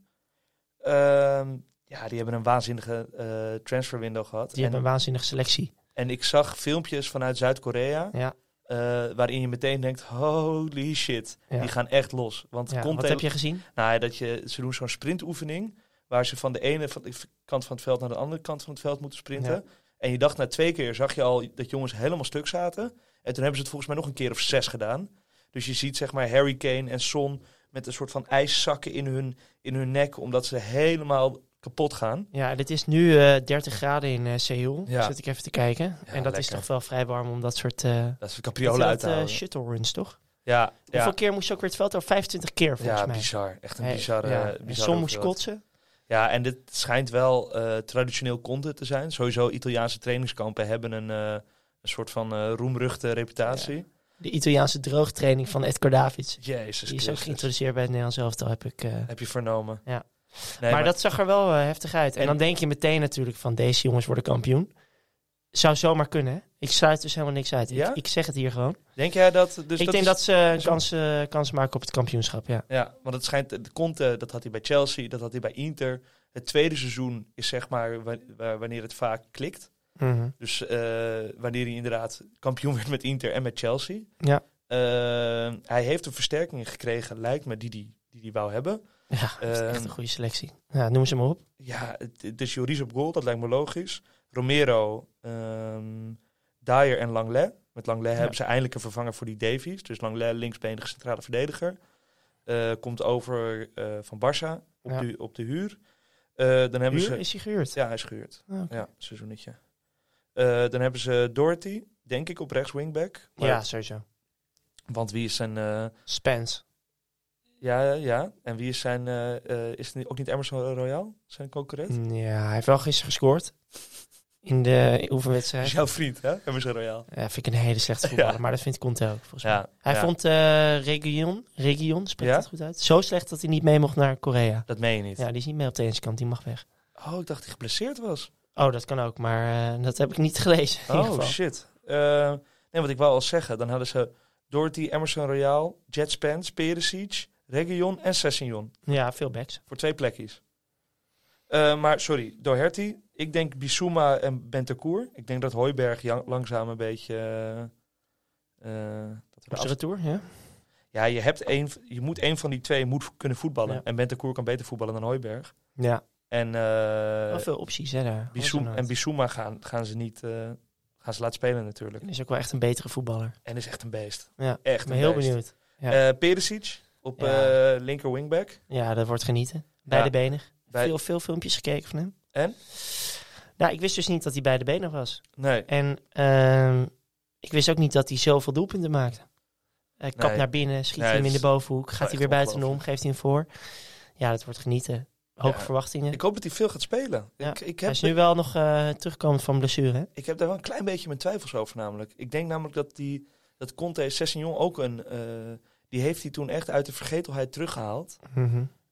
[SPEAKER 3] Ehm, ja, die hebben een waanzinnige eh, transferwindow gehad.
[SPEAKER 4] Die
[SPEAKER 3] En,
[SPEAKER 4] hebben een waanzinnige selectie.
[SPEAKER 3] en ik zag filmpjes vanuit Zuid-Korea
[SPEAKER 4] Ja.
[SPEAKER 3] eh, waarin je meteen denkt, holy shit,
[SPEAKER 4] Ja.
[SPEAKER 3] die gaan echt los. Want
[SPEAKER 4] ja.
[SPEAKER 3] Conte,
[SPEAKER 4] Wat heb je gezien?
[SPEAKER 3] Nou, ja, dat je, ze doen zo'n sprintoefening waar ze van de ene van de kant van het veld naar de andere kant van het veld moeten sprinten.
[SPEAKER 4] Ja.
[SPEAKER 3] En je dacht na twee keer, zag je al dat jongens helemaal stuk zaten. En toen hebben ze het volgens mij nog een keer of zes gedaan. Dus je ziet zeg maar Harry Kane en Son met een soort van ijszakken in hun, in hun nek, omdat ze helemaal kapot gaan.
[SPEAKER 4] Ja, dit is nu eh 30 graden in eh Seoul.
[SPEAKER 3] Ja.
[SPEAKER 4] Zit ik even te kijken. en dat is
[SPEAKER 3] lekker.
[SPEAKER 4] toch wel vrij warm om dat soort... eh
[SPEAKER 3] Dat is een
[SPEAKER 4] dat
[SPEAKER 3] capriola uit te
[SPEAKER 4] eh,
[SPEAKER 3] houden.
[SPEAKER 4] shuttle runs, toch?
[SPEAKER 3] ja,
[SPEAKER 4] Hoeveel
[SPEAKER 3] ja,
[SPEAKER 4] keer moest ze ook weer het veld over? 25 keer volgens
[SPEAKER 3] ja
[SPEAKER 4] mij.
[SPEAKER 3] bizar. Echt een
[SPEAKER 4] Hey,
[SPEAKER 3] bizarre,
[SPEAKER 4] ja.
[SPEAKER 3] bizarre
[SPEAKER 4] En Son moest
[SPEAKER 3] hoeveelheid.
[SPEAKER 4] kotsen.
[SPEAKER 3] Ja, en dit schijnt wel eh, traditioneel content te zijn. Sowieso Italiaanse trainingskampen hebben een, eh, een soort van eh, roemruchte reputatie.
[SPEAKER 4] De Italiaanse droogtraining van Edgar Davids.
[SPEAKER 3] Jezus
[SPEAKER 4] Die is ook
[SPEAKER 3] Christus.
[SPEAKER 4] geïntroduceerd bij het Nederlands elftal, heb ik... eh.
[SPEAKER 3] Heb je vernomen.
[SPEAKER 4] Ja.
[SPEAKER 3] Nee,
[SPEAKER 4] maar, dat zag er wel eh, heftig uit. En,
[SPEAKER 3] En-
[SPEAKER 4] dan denk je meteen natuurlijk van deze jongens worden kampioen. Zou zomaar kunnen. hè? Ik sluit dus helemaal niks uit.
[SPEAKER 3] Ja?
[SPEAKER 4] Ik, ik zeg het hier gewoon.
[SPEAKER 3] Denk jij dat... Dus
[SPEAKER 4] ik
[SPEAKER 3] dat is-
[SPEAKER 4] denk dat ze een
[SPEAKER 3] is-
[SPEAKER 4] kans, eh, kans maken op het kampioenschap, ja.
[SPEAKER 3] Ja, want het schijnt... De Conte, dat had hij bij Chelsea, dat had hij bij Inter. Het tweede seizoen is zeg maar wa- wa- wanneer het vaak klikt.
[SPEAKER 4] Mhm.
[SPEAKER 3] Dus eh, wanneer hij inderdaad kampioen <laughs> werd met Inter en met Chelsea.
[SPEAKER 4] Ja.
[SPEAKER 3] Eh, hij heeft een versterking gekregen, lijkt me, die hij die, die hij wou hebben.
[SPEAKER 4] Ja, dat is echt
[SPEAKER 3] Ehm,
[SPEAKER 4] een goede selectie. Ja, noem ze maar op.
[SPEAKER 3] Ja, het- het is Joris op goal, dat lijkt me logisch. Romero, ehm Dyer en Langley. Met Langley hebben ze eindelijk een vervanger voor die Davies. Dus Langley, linksbenige centrale verdediger. Eh, komt over eh, van Barça op,
[SPEAKER 4] Ja.
[SPEAKER 3] de, op de huur. Eh, dan hebben
[SPEAKER 4] Huur
[SPEAKER 3] ze,
[SPEAKER 4] is hij gehuurd.
[SPEAKER 3] ja, hij is gehuurd.
[SPEAKER 4] Ah, oké.
[SPEAKER 3] Ja, seizoenetje. Eh, dan hebben ze Doherty, denk ik, op rechts wingback. Maar-
[SPEAKER 4] Ja, sowieso.
[SPEAKER 3] Want wie is zijn... eh,
[SPEAKER 4] Spence.
[SPEAKER 3] ja, ja. En wie is zijn... eh, eh, is het niet- ook niet Emerson Royal, zijn concurrent?
[SPEAKER 4] Ja, hij heeft wel gisteren gescoord. In de
[SPEAKER 3] Dat is
[SPEAKER 4] oefenwedstrijd.
[SPEAKER 3] jouw vriend, hè? Emerson Royal.
[SPEAKER 4] Ja, vind ik een hele
[SPEAKER 3] <laughs>
[SPEAKER 4] slechte voetballer.
[SPEAKER 3] Ja.
[SPEAKER 4] Maar dat vindt Conte ook, volgens mij.
[SPEAKER 3] Ja,
[SPEAKER 4] Hij
[SPEAKER 3] ja.
[SPEAKER 4] vond eh, Region, Region, spreekt
[SPEAKER 3] Ja?
[SPEAKER 4] dat goed uit? Zo slecht dat hij niet mee mocht naar Korea.
[SPEAKER 3] Dat meen je niet.
[SPEAKER 4] Ja, die is niet mee op de ene kant, die mag weg.
[SPEAKER 3] Oh, ik dacht hij geblesseerd was.
[SPEAKER 4] Oh, dat kan ook, maar eh, dat heb ik niet <laughs> gelezen. In ieder
[SPEAKER 3] Oh,
[SPEAKER 4] geval.
[SPEAKER 3] shit. Eh, nee, wat ik wou al zeggen. Dan hadden ze Doherty, Emerson Royal, Jet Spence, Perisic, Region en Sessignon.
[SPEAKER 4] Ja, veel backs.
[SPEAKER 3] Voor twee plekjes. Eh, maar, sorry, Doherty. Ik denk Bissouma en Bentecourt. Ik denk dat Hooiberg ja- langzaam een beetje... eh, eh, dat we
[SPEAKER 4] Op
[SPEAKER 3] de
[SPEAKER 4] zijn retour, ja.
[SPEAKER 3] af- ja, je, hebt één, je moet één van die twee moet kunnen voetballen.
[SPEAKER 4] Ja.
[SPEAKER 3] En Bentecourt kan beter voetballen dan Hooiberg.
[SPEAKER 4] Ja,
[SPEAKER 3] En
[SPEAKER 4] wel
[SPEAKER 3] eh
[SPEAKER 4] veel opties, hè, daar.
[SPEAKER 3] Bissoum- en
[SPEAKER 4] Hoezo
[SPEAKER 3] Bissouma gaan, gaan ze niet... eh, gaan ze laten spelen natuurlijk.
[SPEAKER 4] nou? Is ook wel echt een betere voetballer.
[SPEAKER 3] En is echt een beest.
[SPEAKER 4] Ja,
[SPEAKER 3] Echt
[SPEAKER 4] Ik
[SPEAKER 3] een
[SPEAKER 4] ben heel
[SPEAKER 3] beest.
[SPEAKER 4] benieuwd.
[SPEAKER 3] Eh, Perisic op
[SPEAKER 4] Ja.
[SPEAKER 3] eh, linker wingback.
[SPEAKER 4] Ja, dat wordt genieten. Beide
[SPEAKER 3] Ja.
[SPEAKER 4] benen.
[SPEAKER 3] Bij-
[SPEAKER 4] Veel, veel filmpjes gekeken van hem.
[SPEAKER 3] En?
[SPEAKER 4] Nou, ik wist dus niet dat hij beide benen was.
[SPEAKER 3] Nee,
[SPEAKER 4] En ehm, ik wist ook niet dat hij zoveel doelpunten maakte. Hij kap
[SPEAKER 3] Nee.
[SPEAKER 4] naar binnen, schiet
[SPEAKER 3] Nee,
[SPEAKER 4] hij hem
[SPEAKER 3] het
[SPEAKER 4] in de
[SPEAKER 3] is
[SPEAKER 4] bovenhoek,
[SPEAKER 3] wel
[SPEAKER 4] gaat hij
[SPEAKER 3] echt
[SPEAKER 4] weer buitenom,
[SPEAKER 3] ongelooflijk.
[SPEAKER 4] geeft hij hem voor. Ja, dat wordt genieten. Hoge
[SPEAKER 3] Ja.
[SPEAKER 4] verwachtingen.
[SPEAKER 3] ik hoop dat hij veel gaat spelen.
[SPEAKER 4] Ja,
[SPEAKER 3] Ik, ik,
[SPEAKER 4] hij
[SPEAKER 3] heb,
[SPEAKER 4] is nu wel nog eh terugkomend van blessure. hè?
[SPEAKER 3] ik heb daar wel een klein beetje mijn twijfels over namelijk. Ik denk namelijk dat, die, dat Conte Sessignon ook een... eh, die heeft hij toen echt uit de vergetelheid teruggehaald.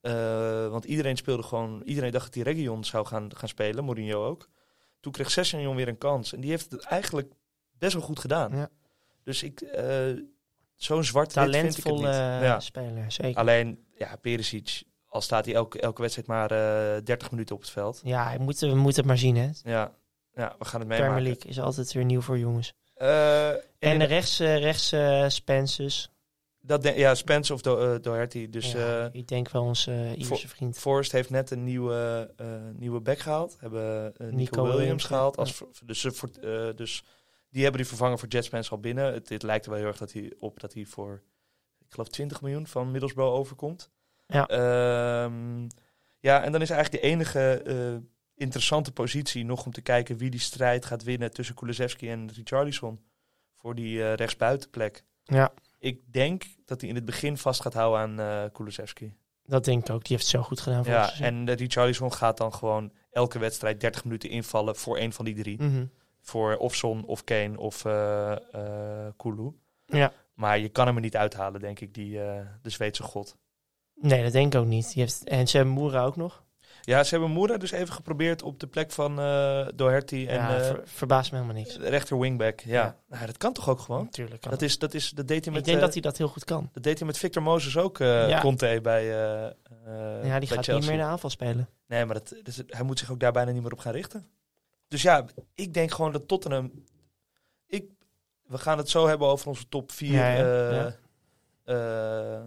[SPEAKER 3] Eh, want iedereen speelde gewoon... Iedereen dacht dat hij Region zou gaan, gaan spelen, Mourinho ook. Toen kreeg Sessignon weer een kans. En die heeft het eigenlijk best wel goed gedaan.
[SPEAKER 4] Ja.
[SPEAKER 3] Dus ik... eh, Zo'n zwart vind ik het niet.
[SPEAKER 4] Talentvolle eh,
[SPEAKER 3] Ja.
[SPEAKER 4] speler, zeker.
[SPEAKER 3] Alleen, ja, Perisic, al staat hij elke, elke wedstrijd maar eh 30 minuten op het veld.
[SPEAKER 4] Ja, hij moet, we moeten het maar zien, hè.
[SPEAKER 3] Ja, ja we gaan het
[SPEAKER 4] Premier
[SPEAKER 3] meemaken.
[SPEAKER 4] League is altijd weer nieuw voor jongens.
[SPEAKER 3] Eh, en
[SPEAKER 4] En
[SPEAKER 3] in-
[SPEAKER 4] rechts, eh, rechts eh Spence dus.
[SPEAKER 3] dat denk- ja, Spence of Do- eh, Doherty. Dus
[SPEAKER 4] Ja,
[SPEAKER 3] eh,
[SPEAKER 4] ik denk wel onze eh, Ierse vriend.
[SPEAKER 3] Forrest heeft net een nieuwe, eh, nieuwe back gehaald. Hebben eh, Nico, Williams,
[SPEAKER 4] Williams,
[SPEAKER 3] gehaald.
[SPEAKER 4] ja.
[SPEAKER 3] Als, ver- dus, ze voor- eh, dus die hebben die vervangen voor Jet Spence al binnen. Het, het lijkt er wel heel erg dat hij op dat hij voor, ik geloof, 20 miljoen van Middlesbrough overkomt.
[SPEAKER 4] Ja.
[SPEAKER 3] Ehm, ja, en dan is eigenlijk de enige eh, interessante positie nog om te kijken wie die strijd gaat winnen tussen Kulusevski en Richarlison voor die eh rechtsbuitenplek.
[SPEAKER 4] Ja,
[SPEAKER 3] Ik denk dat hij in het begin vast gaat houden aan eh Kulusevski.
[SPEAKER 4] dat denk ik ook. Die heeft het zo goed gedaan voor
[SPEAKER 3] Ja, en die Richarlison gaat dan gewoon elke wedstrijd 30 minuten invallen voor een van die
[SPEAKER 4] Hm.
[SPEAKER 3] drie.
[SPEAKER 4] Mhm.
[SPEAKER 3] Voor of Son, of Kane, of eh eh, Kulu.
[SPEAKER 4] Ja.
[SPEAKER 3] Maar je kan hem er niet uithalen, denk ik, die, eh, de Zweedse god.
[SPEAKER 4] Nee, dat denk ik ook niet. Die heeft, en ze hebben Moera ook nog.
[SPEAKER 3] Ja, ze hebben Moura dus even geprobeerd op de plek van eh Doherty en
[SPEAKER 4] ja,
[SPEAKER 3] eh,
[SPEAKER 4] ver- verbaast me helemaal niks.
[SPEAKER 3] rechter wingback. Ja.
[SPEAKER 4] Ja.
[SPEAKER 3] Nou, dat kan toch ook gewoon?
[SPEAKER 4] Natuurlijk. kan
[SPEAKER 3] Dat,
[SPEAKER 4] dat.
[SPEAKER 3] is, dat, is, dat deed hij
[SPEAKER 4] ik
[SPEAKER 3] met...
[SPEAKER 4] denk
[SPEAKER 3] eh,
[SPEAKER 4] dat hij dat heel goed kan.
[SPEAKER 3] dat deed hij met Victor Moses ook, eh
[SPEAKER 4] Ja.
[SPEAKER 3] Conte, bij eh, eh,
[SPEAKER 4] ja,
[SPEAKER 3] bij
[SPEAKER 4] die gaat
[SPEAKER 3] Chelsea.
[SPEAKER 4] niet meer in de aanval spelen.
[SPEAKER 3] Nee, maar dat, dat is- hij moet zich ook daar bijna niet meer op gaan richten. Dus ja, ik denk gewoon dat Tottenham... Ik, we gaan het zo hebben over onze top 4...
[SPEAKER 4] Ja, ja,
[SPEAKER 3] eh, eh,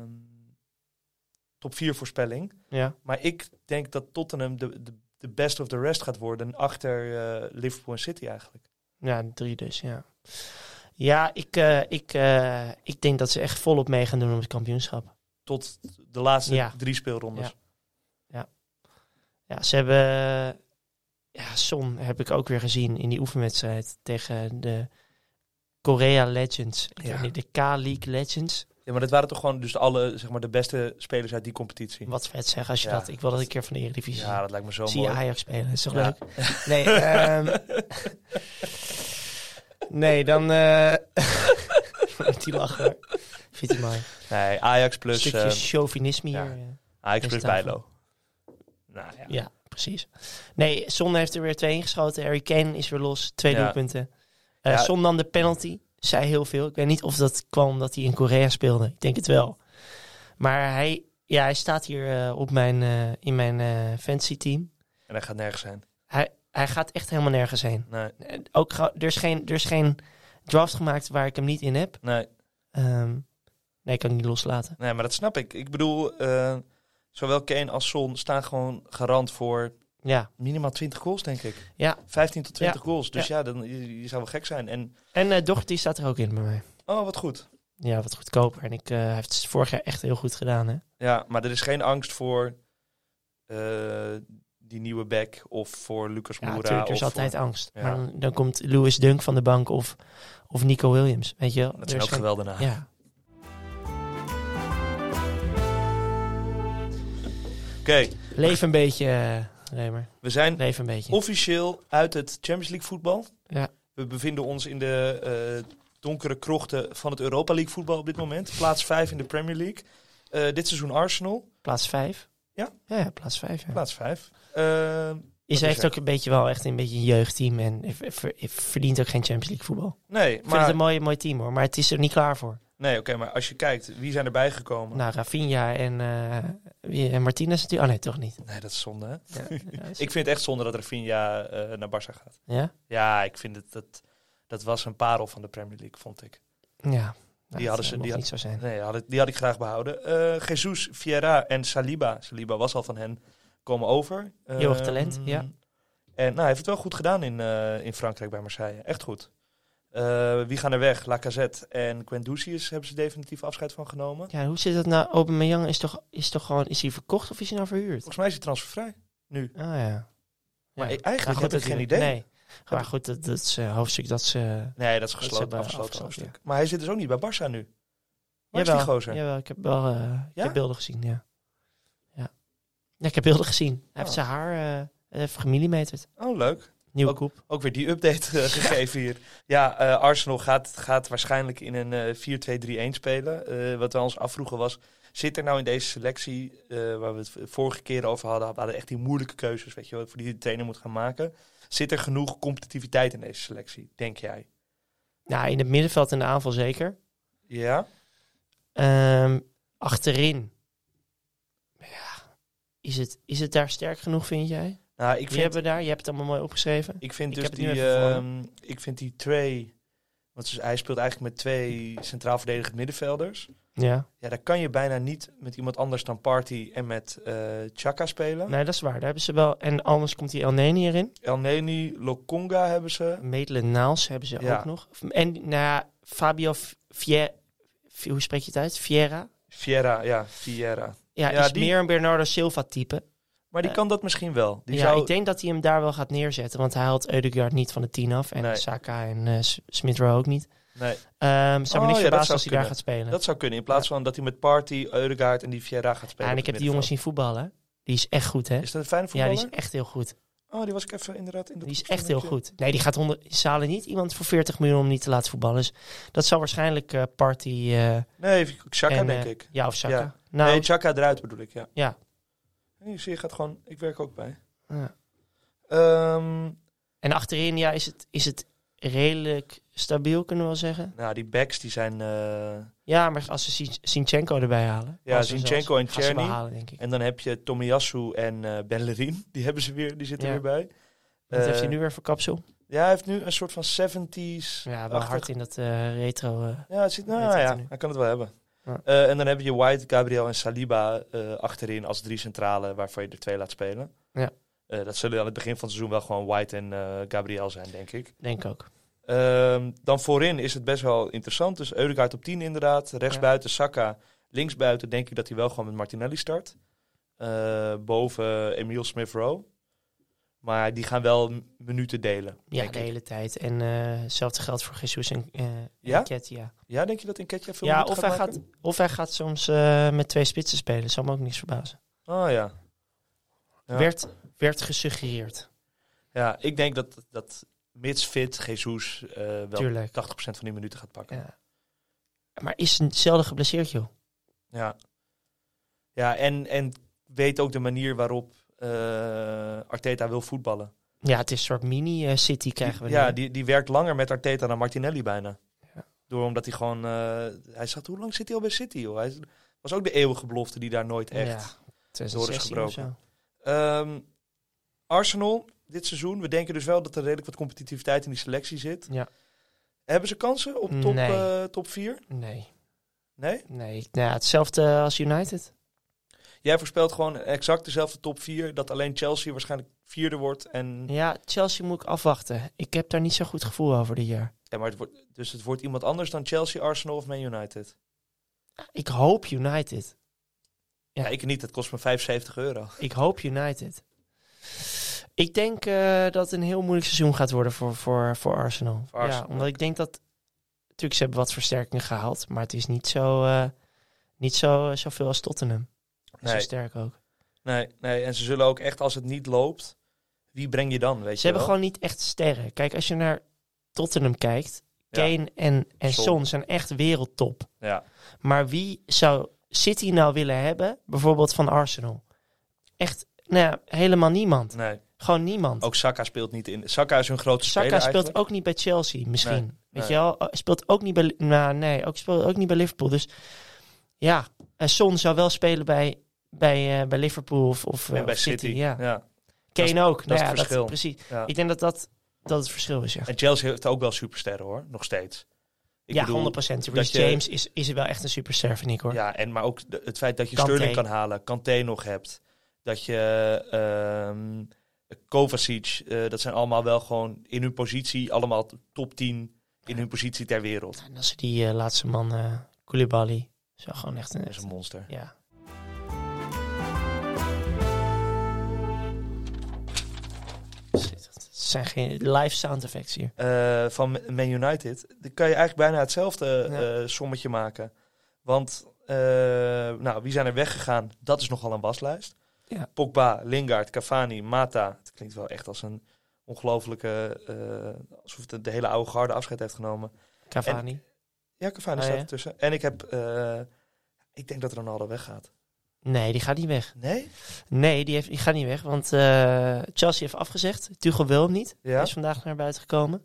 [SPEAKER 3] top 4 voorspelling.
[SPEAKER 4] Ja.
[SPEAKER 3] Maar ik denk dat Tottenham de, de, de best of the rest gaat worden... achter eh, Liverpool en City eigenlijk.
[SPEAKER 4] Ja, drie dus, ja. Ja, ik, eh, ik, eh, ik denk dat ze echt volop mee gaan doen om het kampioenschap.
[SPEAKER 3] Tot de laatste
[SPEAKER 4] Ja.
[SPEAKER 3] drie speelrondes.
[SPEAKER 4] Ja. Ja, ze hebben... eh, Ja, Son heb ik ook weer gezien in die oefenwedstrijd tegen de Korea Legends. Ik
[SPEAKER 3] Ja.
[SPEAKER 4] weet niet, De K-League Legends.
[SPEAKER 3] Ja, maar dat waren toch gewoon dus alle, zeg maar, de beste spelers uit die competitie?
[SPEAKER 4] Wat vet zeg als je
[SPEAKER 3] Ja.
[SPEAKER 4] dat... Ik wil dat een keer van de Eredivisie
[SPEAKER 3] Ja, dat lijkt me zo
[SPEAKER 4] Zie je
[SPEAKER 3] mooi.
[SPEAKER 4] Ajax spelen, dat is toch
[SPEAKER 3] Ja.
[SPEAKER 4] leuk? Nee,
[SPEAKER 3] <laughs>
[SPEAKER 4] ehm, nee dan... eh <laughs> moet die lachen hoor. Vindt hij mooi.
[SPEAKER 3] Nee, Ajax plus,
[SPEAKER 4] Stukje
[SPEAKER 3] eh,
[SPEAKER 4] chauvinisme
[SPEAKER 3] ja.
[SPEAKER 4] hier. eh.
[SPEAKER 3] Ajax
[SPEAKER 4] Deze
[SPEAKER 3] plus
[SPEAKER 4] tafel.
[SPEAKER 3] Bijlo. Nou ja.
[SPEAKER 4] Ja, precies. Nee, Son heeft er weer twee ingeschoten. Harry Kane is weer los. Twee
[SPEAKER 3] Ja.
[SPEAKER 4] doelpunten. Eh,
[SPEAKER 3] Ja.
[SPEAKER 4] Son nam de penalty. Zei heel veel. Ik weet niet of dat kwam omdat hij in Korea speelde. Ik denk het wel. Maar hij, ja, hij staat hier eh, op mijn, eh, in mijn eh, fantasy team.
[SPEAKER 3] En hij gaat nergens zijn.
[SPEAKER 4] Hij, hij gaat echt helemaal nergens heen.
[SPEAKER 3] Nee,
[SPEAKER 4] Eh, ook, ga- er, is geen, er is geen draft gemaakt waar ik hem niet in heb.
[SPEAKER 3] nee.
[SPEAKER 4] Ehm, Nee, kan ik niet loslaten.
[SPEAKER 3] Nee, maar dat snap ik. Ik bedoel, eh, zowel Kane als Son staan gewoon garant voor
[SPEAKER 4] Ja.
[SPEAKER 3] minimaal 20 goals, denk ik.
[SPEAKER 4] Ja.
[SPEAKER 3] 15 tot 20 goals. Dus ja, dan, je, je zou wel gek zijn. En,
[SPEAKER 4] En eh Doherty staat er ook in bij mij.
[SPEAKER 3] oh, wat goed.
[SPEAKER 4] Ja, wat goedkoper. En ik, eh, hij heeft het vorig jaar echt heel goed gedaan, hè.
[SPEAKER 3] Ja, maar er is geen angst voor eh, die nieuwe back of voor Lucas
[SPEAKER 4] Ja,
[SPEAKER 3] Moura.
[SPEAKER 4] natuurlijk, er
[SPEAKER 3] of
[SPEAKER 4] is
[SPEAKER 3] voor-
[SPEAKER 4] altijd angst.
[SPEAKER 3] Ja.
[SPEAKER 4] Maar dan, dan komt Lewis Dunk van de bank of, of Nico Williams, weet je wel.
[SPEAKER 3] Dat
[SPEAKER 4] Er
[SPEAKER 3] zijn
[SPEAKER 4] is
[SPEAKER 3] ook
[SPEAKER 4] geen-
[SPEAKER 3] geweldenaar.
[SPEAKER 4] Ja.
[SPEAKER 3] Oké,
[SPEAKER 4] Leef een beetje, eh, Remer.
[SPEAKER 3] we zijn
[SPEAKER 4] Leef een beetje.
[SPEAKER 3] officieel uit het Champions League voetbal.
[SPEAKER 4] Ja.
[SPEAKER 3] We bevinden ons in de eh, donkere krochten van het Europa League voetbal op dit moment. Plaats 5 in de Premier League. Eh, dit seizoen Arsenal,
[SPEAKER 4] Plaats vijf.
[SPEAKER 3] Ja?
[SPEAKER 4] Ja, ja, plaats vijf. Ja.
[SPEAKER 3] plaats 5. Eh,
[SPEAKER 4] Is
[SPEAKER 3] is
[SPEAKER 4] heeft
[SPEAKER 3] er.
[SPEAKER 4] ook een beetje wel echt een beetje een jeugdteam en ver- ver- verdient ook geen Champions League voetbal.
[SPEAKER 3] nee,
[SPEAKER 4] Ik vind het
[SPEAKER 3] maar,
[SPEAKER 4] een mooi, mooi team hoor, maar het is er niet klaar voor.
[SPEAKER 3] nee oké, maar als je kijkt, wie zijn erbij gekomen?
[SPEAKER 4] Nou, Rafinha en, eh wie- en Martinez natuurlijk. Oh nee, toch niet.
[SPEAKER 3] Nee, dat is zonde. Hè?
[SPEAKER 4] Ja,
[SPEAKER 3] <laughs>
[SPEAKER 4] ja, is-
[SPEAKER 3] Ik vind het echt zonde dat Rafinha eh naar Barça gaat.
[SPEAKER 4] ja?
[SPEAKER 3] Ja, ik vind het, dat, dat was een parel van de Premier League, vond ik.
[SPEAKER 4] ja. Nou,
[SPEAKER 3] hadden
[SPEAKER 4] dat,
[SPEAKER 3] ze-
[SPEAKER 4] eh,
[SPEAKER 3] die
[SPEAKER 4] mocht niet zo zijn.
[SPEAKER 3] Nee, had ik- die had ik graag behouden. Eh Jesus, Vieira en Saliba. Saliba was al van hen komen over. Eh,
[SPEAKER 4] Heel erg talent, ja.
[SPEAKER 3] En nou, hij heeft het wel goed gedaan in, eh, in Frankrijk bij Marseille. Echt goed. Eh, wie gaan er weg? Lacazette en Quendusius hebben ze definitief afscheid van genomen.
[SPEAKER 4] Ja, hoe zit dat nou? Aubameyang is toch, is toch gewoon, is hij verkocht of is hij nou verhuurd?
[SPEAKER 3] Volgens mij is hij transfervrij.
[SPEAKER 4] Ah ja.
[SPEAKER 3] Maar
[SPEAKER 4] Ja.
[SPEAKER 3] ik- eigenlijk heb
[SPEAKER 4] Maar
[SPEAKER 3] ik geen
[SPEAKER 4] natuurlijk-
[SPEAKER 3] idee.
[SPEAKER 4] Nee. Maar goed, dat, dat is eh, hoofdstuk dat ze...
[SPEAKER 3] Nee, dat is
[SPEAKER 4] ze
[SPEAKER 3] gesloten.
[SPEAKER 4] hebben
[SPEAKER 3] afgesloten
[SPEAKER 4] afgesloten,
[SPEAKER 3] hoofdstuk. Maar hij zit dus ook niet bij Barça nu. Waar is
[SPEAKER 4] Jawel,
[SPEAKER 3] die gozer?
[SPEAKER 4] Jawel, ik heb wel eh, ik
[SPEAKER 3] Ja?
[SPEAKER 4] heb beelden gezien, ja. ja. Ja, ik heb beelden gezien. Hij heeft
[SPEAKER 3] Oh.
[SPEAKER 4] zijn haar eh, even gemillimeterd.
[SPEAKER 3] Oh, leuk.
[SPEAKER 4] Nieuwe koep.
[SPEAKER 3] Ook weer die update eh, gegeven hier. Ja, eh, Arsenal gaat, gaat waarschijnlijk in een eh 4-2-3-1 spelen. Eh, wat wij ons afvroegen was, zit er nou in deze selectie, eh, waar we het v- vorige keer over hadden, we hadden echt die moeilijke keuzes, weet je wel, voor die de trainer moet gaan maken. Zit er genoeg competitiviteit in deze selectie, denk jij?
[SPEAKER 4] Nou, in het middenveld en de aanval zeker.
[SPEAKER 3] Ja?
[SPEAKER 4] Ehm, achterin. Ja. Is het, is het daar sterk genoeg, vind jij? Wie
[SPEAKER 3] Nou, ik vind,
[SPEAKER 4] hebben we daar? Je hebt het allemaal mooi opgeschreven.
[SPEAKER 3] ik vind
[SPEAKER 4] ik
[SPEAKER 3] dus
[SPEAKER 4] heb het nu
[SPEAKER 3] die,
[SPEAKER 4] even voor
[SPEAKER 3] ehm, ik vind die twee, want ze- hij speelt eigenlijk met twee centraal verdedigend middenvelders.
[SPEAKER 4] Ja.
[SPEAKER 3] Ja, daar kan je bijna niet met iemand anders dan Party en met eh Chaka spelen.
[SPEAKER 4] Nee, dat is waar. Daar hebben ze wel. En anders komt die El Neni erin.
[SPEAKER 3] El Neni, Lokonga hebben ze.
[SPEAKER 4] Maitland Naals hebben ze
[SPEAKER 3] Ja.
[SPEAKER 4] ook nog. En nou ja, Fabio Fier... Hoe spreek je het uit? Fiera?
[SPEAKER 3] Fiera, ja, Fiera.
[SPEAKER 4] Ja,
[SPEAKER 3] Ja,
[SPEAKER 4] is
[SPEAKER 3] die-
[SPEAKER 4] meer een Bernardo Silva type.
[SPEAKER 3] Maar die
[SPEAKER 4] Eh,
[SPEAKER 3] kan dat misschien wel. Die
[SPEAKER 4] ja,
[SPEAKER 3] zou,
[SPEAKER 4] ik denk dat hij hem daar wel gaat neerzetten. Want hij haalt Eudegaard niet van de 10 af. En
[SPEAKER 3] Nee.
[SPEAKER 4] Saka en eh, S- Smith Rowe ook niet.
[SPEAKER 3] nee,
[SPEAKER 4] Ehm zou
[SPEAKER 3] Oh, ja,
[SPEAKER 4] me niks
[SPEAKER 3] dat
[SPEAKER 4] verbazen
[SPEAKER 3] zou
[SPEAKER 4] als hij daar
[SPEAKER 3] kunnen.
[SPEAKER 4] gaat spelen.
[SPEAKER 3] dat zou kunnen. In plaats van dat hij met Party, Eudegaard en die Fiera gaat
[SPEAKER 4] Ja,
[SPEAKER 3] spelen.
[SPEAKER 4] en
[SPEAKER 3] op
[SPEAKER 4] ik heb
[SPEAKER 3] het
[SPEAKER 4] die jongens
[SPEAKER 3] middenveld.
[SPEAKER 4] zien voetballen. hè. Die is echt goed, hè?
[SPEAKER 3] Is dat een fijne
[SPEAKER 4] Ja,
[SPEAKER 3] voetballer?
[SPEAKER 4] die is echt heel goed.
[SPEAKER 3] Oh, die was ik even inderdaad in de
[SPEAKER 4] Die is
[SPEAKER 3] toekomst
[SPEAKER 4] echt
[SPEAKER 3] een
[SPEAKER 4] heel
[SPEAKER 3] beetje-
[SPEAKER 4] goed. Nee, die gaat onder zalen niet iemand voor 40 miljoen om niet te laten voetballen. Dus dat zal waarschijnlijk eh, Party eh,
[SPEAKER 3] Nee, Chaka
[SPEAKER 4] en,
[SPEAKER 3] denk
[SPEAKER 4] eh,
[SPEAKER 3] ik.
[SPEAKER 4] ja of Saka.
[SPEAKER 3] Ja.
[SPEAKER 4] Nou,
[SPEAKER 3] nee, Chaka eruit bedoel ik, ja.
[SPEAKER 4] Ja.
[SPEAKER 3] Nee, zie je gaat gewoon, ik werk ook bij.
[SPEAKER 4] ja.
[SPEAKER 3] Ehm,
[SPEAKER 4] en achterin ja, is het is het redelijk stabiel kunnen we wel zeggen.
[SPEAKER 3] nou, die backs die zijn... eh,
[SPEAKER 4] Ja, maar als ze Sin- Sinchenko erbij halen.
[SPEAKER 3] Ja,
[SPEAKER 4] als ze
[SPEAKER 3] Zinchenko en
[SPEAKER 4] zelfs- gaan ze wel
[SPEAKER 3] Tierney.
[SPEAKER 4] halen, denk ik.
[SPEAKER 3] en dan heb je Tomiyasu en eh Bellerin. Die hebben ze weer, die zitten
[SPEAKER 4] Ja.
[SPEAKER 3] weer bij.
[SPEAKER 4] Wat
[SPEAKER 3] Eh,
[SPEAKER 4] heeft hij nu weer voor kapsel?
[SPEAKER 3] Ja, hij heeft nu een soort van 70s.
[SPEAKER 4] Ja, wel
[SPEAKER 3] achtig-
[SPEAKER 4] hard in dat eh, retro. eh.
[SPEAKER 3] Ja, het zit, nou,
[SPEAKER 4] Weet het
[SPEAKER 3] ja,
[SPEAKER 4] nu.
[SPEAKER 3] hij kan het wel hebben.
[SPEAKER 4] Ja.
[SPEAKER 3] Eh, en dan heb je White, Gabriel en Saliba eh, achterin als drie centrale waarvan je er twee laat spelen.
[SPEAKER 4] Ja.
[SPEAKER 3] Eh, dat zullen aan het begin van het seizoen wel gewoon White en eh, Gabriel zijn, denk ik.
[SPEAKER 4] denk ook.
[SPEAKER 3] Ehm, dan voorin is het best wel interessant. Dus Eudegaard op 10 inderdaad. Rechtsbuiten Saka. Linksbuiten denk ik dat hij wel gewoon met Martinelli start. Eh, boven Emile Smith-Rowe. Maar die gaan wel m- minuten delen.
[SPEAKER 4] Ja,
[SPEAKER 3] denk
[SPEAKER 4] de
[SPEAKER 3] ik.
[SPEAKER 4] hele tijd. En eh, hetzelfde geldt voor Jesus en, eh
[SPEAKER 3] Ja?
[SPEAKER 4] en Ketia.
[SPEAKER 3] Ja, denk je dat Nketiah veel
[SPEAKER 4] Ja,
[SPEAKER 3] minuten
[SPEAKER 4] of hij,
[SPEAKER 3] maken?
[SPEAKER 4] gaat, of hij gaat soms eh, met twee spitsen spelen. Zal me ook niks verbazen.
[SPEAKER 3] Oh ja. Ja.
[SPEAKER 4] Werd, werd gesuggereerd,
[SPEAKER 3] Ja, ik denk dat, dat mits fit Jesus eh, wel 80%
[SPEAKER 4] tuurlijk.
[SPEAKER 3] van die minuten gaat pakken. Ja.
[SPEAKER 4] Ja. Maar is zelden geblesseerd, joh.
[SPEAKER 3] Ja, en, en weet ook de manier waarop eh, Arteta wil voetballen.
[SPEAKER 4] Ja, het is een soort mini-city krijgen we
[SPEAKER 3] Die- ja,
[SPEAKER 4] nu.
[SPEAKER 3] die, die werkt langer met Arteta dan Martinelli bijna.
[SPEAKER 4] Ja.
[SPEAKER 3] Door omdat hij gewoon... eh, hij zegt, hoe lang zit hij al bij City? Joh? Hij is- was ook de eeuwige belofte die daar nooit echt...
[SPEAKER 4] Ja, 2016 of zo.
[SPEAKER 3] Ehm, Arsenal, dit seizoen. We denken dus wel dat er redelijk wat competitiviteit in die selectie zit.
[SPEAKER 4] Ja.
[SPEAKER 3] Hebben ze kansen op top,
[SPEAKER 4] Nee.
[SPEAKER 3] eh, top 4?
[SPEAKER 4] Nee.
[SPEAKER 3] Nee?
[SPEAKER 4] Nee, nou ja, hetzelfde als United.
[SPEAKER 3] Jij voorspelt gewoon exact dezelfde top 4. Dat alleen Chelsea waarschijnlijk vierde wordt. En,
[SPEAKER 4] Ja, Chelsea moet ik afwachten. Ik heb daar niet zo'n goed gevoel over dit jaar.
[SPEAKER 3] ja, maar het wordt, dus het wordt iemand anders dan Chelsea, Arsenal of Man United.
[SPEAKER 4] Ik hoop United. Ja.
[SPEAKER 3] Ja, ik niet. Dat kost me 75 euro.
[SPEAKER 4] Ik hoop United. Ik denk eh, dat het een heel moeilijk seizoen gaat worden voor, voor, voor Arsenal.
[SPEAKER 3] Voor Arsenal.
[SPEAKER 4] Ja, omdat ik denk dat... Natuurlijk, ze hebben wat versterkingen gehaald. Maar het is niet zo... eh niet zo, eh, zoveel als Tottenham. En
[SPEAKER 3] Nee.
[SPEAKER 4] Zo sterk ook.
[SPEAKER 3] Nee, nee, en ze zullen ook echt, als het niet loopt, wie breng je dan? Weet
[SPEAKER 4] Ze
[SPEAKER 3] je
[SPEAKER 4] hebben
[SPEAKER 3] wel?
[SPEAKER 4] gewoon niet echt sterren. Kijk, als je naar Tottenham kijkt...
[SPEAKER 3] Ja.
[SPEAKER 4] Kane en, en
[SPEAKER 3] Son.
[SPEAKER 4] Son zijn echt wereldtop.
[SPEAKER 3] Ja.
[SPEAKER 4] Maar wie zou City nou willen hebben? Bijvoorbeeld van Arsenal. Echt, nou ja, helemaal niemand.
[SPEAKER 3] Nee,
[SPEAKER 4] Gewoon niemand.
[SPEAKER 3] ook Saka speelt niet in. Saka is hun grote
[SPEAKER 4] Saka
[SPEAKER 3] speler
[SPEAKER 4] speelt
[SPEAKER 3] eigenlijk.
[SPEAKER 4] ook niet bij Chelsea, misschien.
[SPEAKER 3] Nee,
[SPEAKER 4] Weet
[SPEAKER 3] nee.
[SPEAKER 4] je wel? Eh, Speelt ook niet bij... Li- Nou, nee, ook, speelt ook niet bij Liverpool. Dus ja, en Son zou wel spelen bij, bij, eh, bij Liverpool of, of, eh,
[SPEAKER 3] En bij
[SPEAKER 4] of City.
[SPEAKER 3] City.
[SPEAKER 4] ja.
[SPEAKER 3] Ja.
[SPEAKER 4] Kane ook. nou
[SPEAKER 3] het
[SPEAKER 4] ja,
[SPEAKER 3] verschil.
[SPEAKER 4] precies.
[SPEAKER 3] Ja.
[SPEAKER 4] Ik denk dat dat, dat het verschil is, ja.
[SPEAKER 3] En Chelsea heeft ook wel supersterren hoor, nog steeds. Ik
[SPEAKER 4] ja,
[SPEAKER 3] bedoel,
[SPEAKER 4] 100%.
[SPEAKER 3] dat
[SPEAKER 4] Reece
[SPEAKER 3] je-
[SPEAKER 4] James is, is er wel echt een superster, vind ik hoor.
[SPEAKER 3] Ja, en maar ook de- het feit dat je
[SPEAKER 4] Kanté.
[SPEAKER 3] Sterling kan halen, Kanté nog hebt. Dat je ehm, Kovacic, eh, dat zijn allemaal wel gewoon in hun positie, allemaal top 10 in hun positie ter wereld.
[SPEAKER 4] En als ze die eh, laatste man, eh Koulibaly, zo gewoon echt een...
[SPEAKER 3] Dat is een monster.
[SPEAKER 4] Ja. Shit, dat zijn geen live sound effects hier.
[SPEAKER 3] eh, van Man United, dan kan je eigenlijk bijna hetzelfde
[SPEAKER 4] Ja.
[SPEAKER 3] eh, sommetje maken. Want eh, nou, wie zijn er weggegaan? Dat is nogal een waslijst.
[SPEAKER 4] Ja.
[SPEAKER 3] Pogba, Lingard, Cavani, Mata. Het klinkt wel echt als een ongelofelijke... eh, alsof het de, de hele oude garde afscheid heeft genomen.
[SPEAKER 4] Cavani.
[SPEAKER 3] Ja, Cavani
[SPEAKER 4] Ah,
[SPEAKER 3] staat
[SPEAKER 4] ja.
[SPEAKER 3] ertussen. En ik heb... eh, ik denk dat Ronaldo weggaat.
[SPEAKER 4] Nee, die gaat niet weg.
[SPEAKER 3] Nee?
[SPEAKER 4] Nee, die, heeft, die gaat niet weg. Want eh, Chelsea heeft afgezegd. Tuchel wil hem niet.
[SPEAKER 3] Ja?
[SPEAKER 4] Hij is vandaag naar buiten gekomen.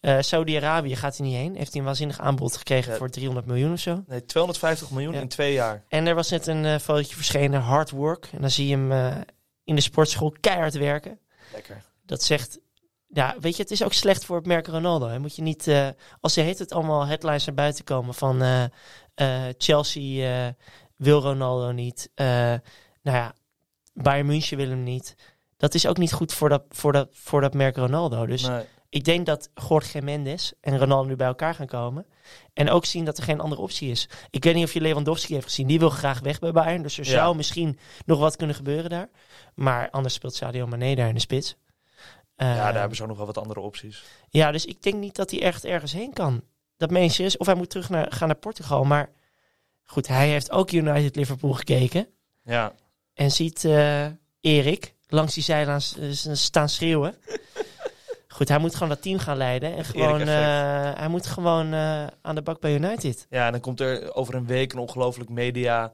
[SPEAKER 4] Eh, Saudi-Arabië gaat hij niet heen. Heeft hij een waanzinnig aanbod gekregen
[SPEAKER 3] Ja.
[SPEAKER 4] voor 300 miljoen of zo.
[SPEAKER 3] Nee, 250 miljoen
[SPEAKER 4] Ja.
[SPEAKER 3] in twee jaar.
[SPEAKER 4] En er was net een eh fotootje verschenen. Hard work. En dan zie je hem eh, in de sportschool keihard werken.
[SPEAKER 3] Lekker.
[SPEAKER 4] dat zegt. Ja, weet je, het is ook slecht voor het merk Ronaldo. Hè? Moet je niet, eh, als ze heet het allemaal headlines naar buiten komen van eh, eh, Chelsea eh, wil Ronaldo niet. eh, nou ja, Bayern München wil hem niet. Dat is ook niet goed voor dat, voor dat, voor dat merk Ronaldo. Dus
[SPEAKER 3] Nee.
[SPEAKER 4] ik denk dat Jorge Mendes en Ronaldo nu bij elkaar gaan komen. En ook zien dat er geen andere optie is. Ik weet niet of je Lewandowski heeft gezien. Die wil graag weg bij Bayern. Dus er
[SPEAKER 3] Ja.
[SPEAKER 4] zou misschien nog wat kunnen gebeuren daar. Maar anders speelt Sadio Mane daar in de spits. Eh,
[SPEAKER 3] Ja, daar hebben ze ook nog wel wat andere opties.
[SPEAKER 4] ja, dus ik denk niet dat hij echt ergens heen kan. Dat mensen is. Of hij moet terug naar, gaan naar Portugal. Maar goed, hij heeft ook United Liverpool gekeken.
[SPEAKER 3] Ja.
[SPEAKER 4] En ziet eh, Erik langs die zijlijn s- s- staan schreeuwen. <laughs> Goed, hij moet gewoon dat team gaan leiden. En gewoon,
[SPEAKER 3] Erik-effect.
[SPEAKER 4] eh, hij moet gewoon eh, aan de bak bij United.
[SPEAKER 3] Ja, en dan komt er over een week een ongelooflijk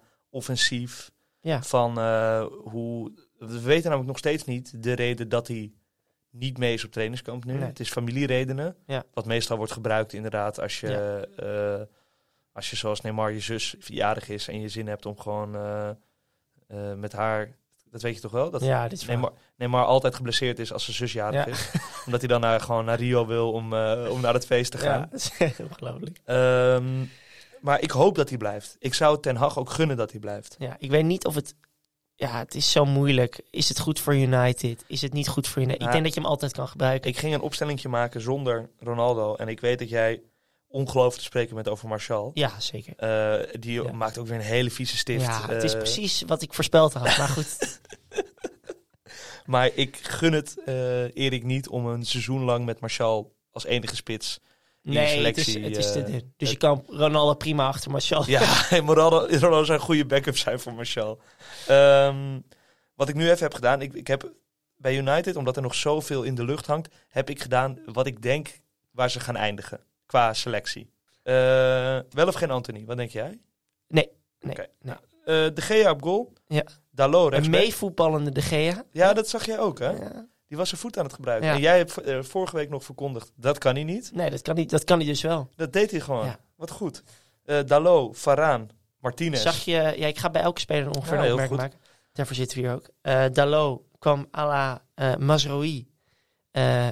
[SPEAKER 3] media-offensief.
[SPEAKER 4] Ja.
[SPEAKER 3] Van eh, hoe. We weten namelijk nog steeds niet de reden dat hij niet mee is op trainingskamp nu.
[SPEAKER 4] Nee.
[SPEAKER 3] Het is familieredenen.
[SPEAKER 4] Ja.
[SPEAKER 3] Wat meestal wordt gebruikt, inderdaad, als je. eh, als je zoals Neymar je zus jarig is en je zin hebt om gewoon eh, eh, met haar. Dat weet je toch wel? Dat
[SPEAKER 4] ja, dit is waar.
[SPEAKER 3] Neymar, Neymar altijd geblesseerd is als zijn zus jarig
[SPEAKER 4] Ja.
[SPEAKER 3] is. <laughs> Omdat hij dan naar, gewoon naar Rio wil om, eh, om naar het feest te gaan.
[SPEAKER 4] Ja, <laughs> dat is ongelooflijk.
[SPEAKER 3] Ehm, maar ik hoop dat hij blijft. Ik zou Ten Hag ook gunnen dat hij blijft.
[SPEAKER 4] Ja, ik weet niet of het... Ja, het is zo moeilijk. Is het goed voor United? Is het niet goed voor United?
[SPEAKER 3] Ja.
[SPEAKER 4] Ik denk dat je hem altijd kan gebruiken.
[SPEAKER 3] Ik ging een opstellingje maken zonder Ronaldo. En ik weet dat jij ongelooflijk te spreken bent over Martial.
[SPEAKER 4] ja, zeker.
[SPEAKER 3] Eh, die
[SPEAKER 4] Ja.
[SPEAKER 3] maakt ook weer een hele vieze stift.
[SPEAKER 4] ja, het is
[SPEAKER 3] Eh,
[SPEAKER 4] precies wat ik voorspeld had. Maar
[SPEAKER 3] <laughs>
[SPEAKER 4] goed,
[SPEAKER 3] Maar ik gun het eh, Erik niet om een seizoen lang met Martial als enige spits.
[SPEAKER 4] nee, het is,
[SPEAKER 3] selectie,
[SPEAKER 4] het is te
[SPEAKER 3] eh,
[SPEAKER 4] dun. Dus je
[SPEAKER 3] het-
[SPEAKER 4] kan Ronaldo prima achter Martial.
[SPEAKER 3] Ja, <laughs> en Ronaldo, Ronaldo zou een goede backup zijn voor Martial. Ehm, wat ik nu even heb gedaan, ik, ik heb bij United, omdat er nog zoveel in de lucht hangt, heb ik gedaan wat ik denk waar ze gaan eindigen qua selectie. Eh, wel of geen Anthony, wat denk jij?
[SPEAKER 4] Nee, nee,
[SPEAKER 3] Oké.
[SPEAKER 4] nee.
[SPEAKER 3] Eh, de Gea op goal.
[SPEAKER 4] Ja.
[SPEAKER 3] Dalo
[SPEAKER 4] Een
[SPEAKER 3] rechtsback.
[SPEAKER 4] meevoetballende De Gea.
[SPEAKER 3] Ja, dat zag jij ook, hè?
[SPEAKER 4] Ja.
[SPEAKER 3] Die was zijn voet aan het gebruiken.
[SPEAKER 4] Ja.
[SPEAKER 3] En jij hebt eh, vorige week nog verkondigd, dat kan hij niet.
[SPEAKER 4] Nee, dat kan niet. Dat kan hij dus wel.
[SPEAKER 3] Dat deed hij gewoon.
[SPEAKER 4] Ja.
[SPEAKER 3] Wat goed. Eh Dalo, Varaan, Martinez.
[SPEAKER 4] Zag je, ja, ik ga bij elke speler een ongeveer
[SPEAKER 3] Ja,
[SPEAKER 4] een
[SPEAKER 3] heel
[SPEAKER 4] opmerking
[SPEAKER 3] goed.
[SPEAKER 4] maken. Daarvoor zitten we hier ook. Eh Dalot kwam à la eh Mazraoui eh,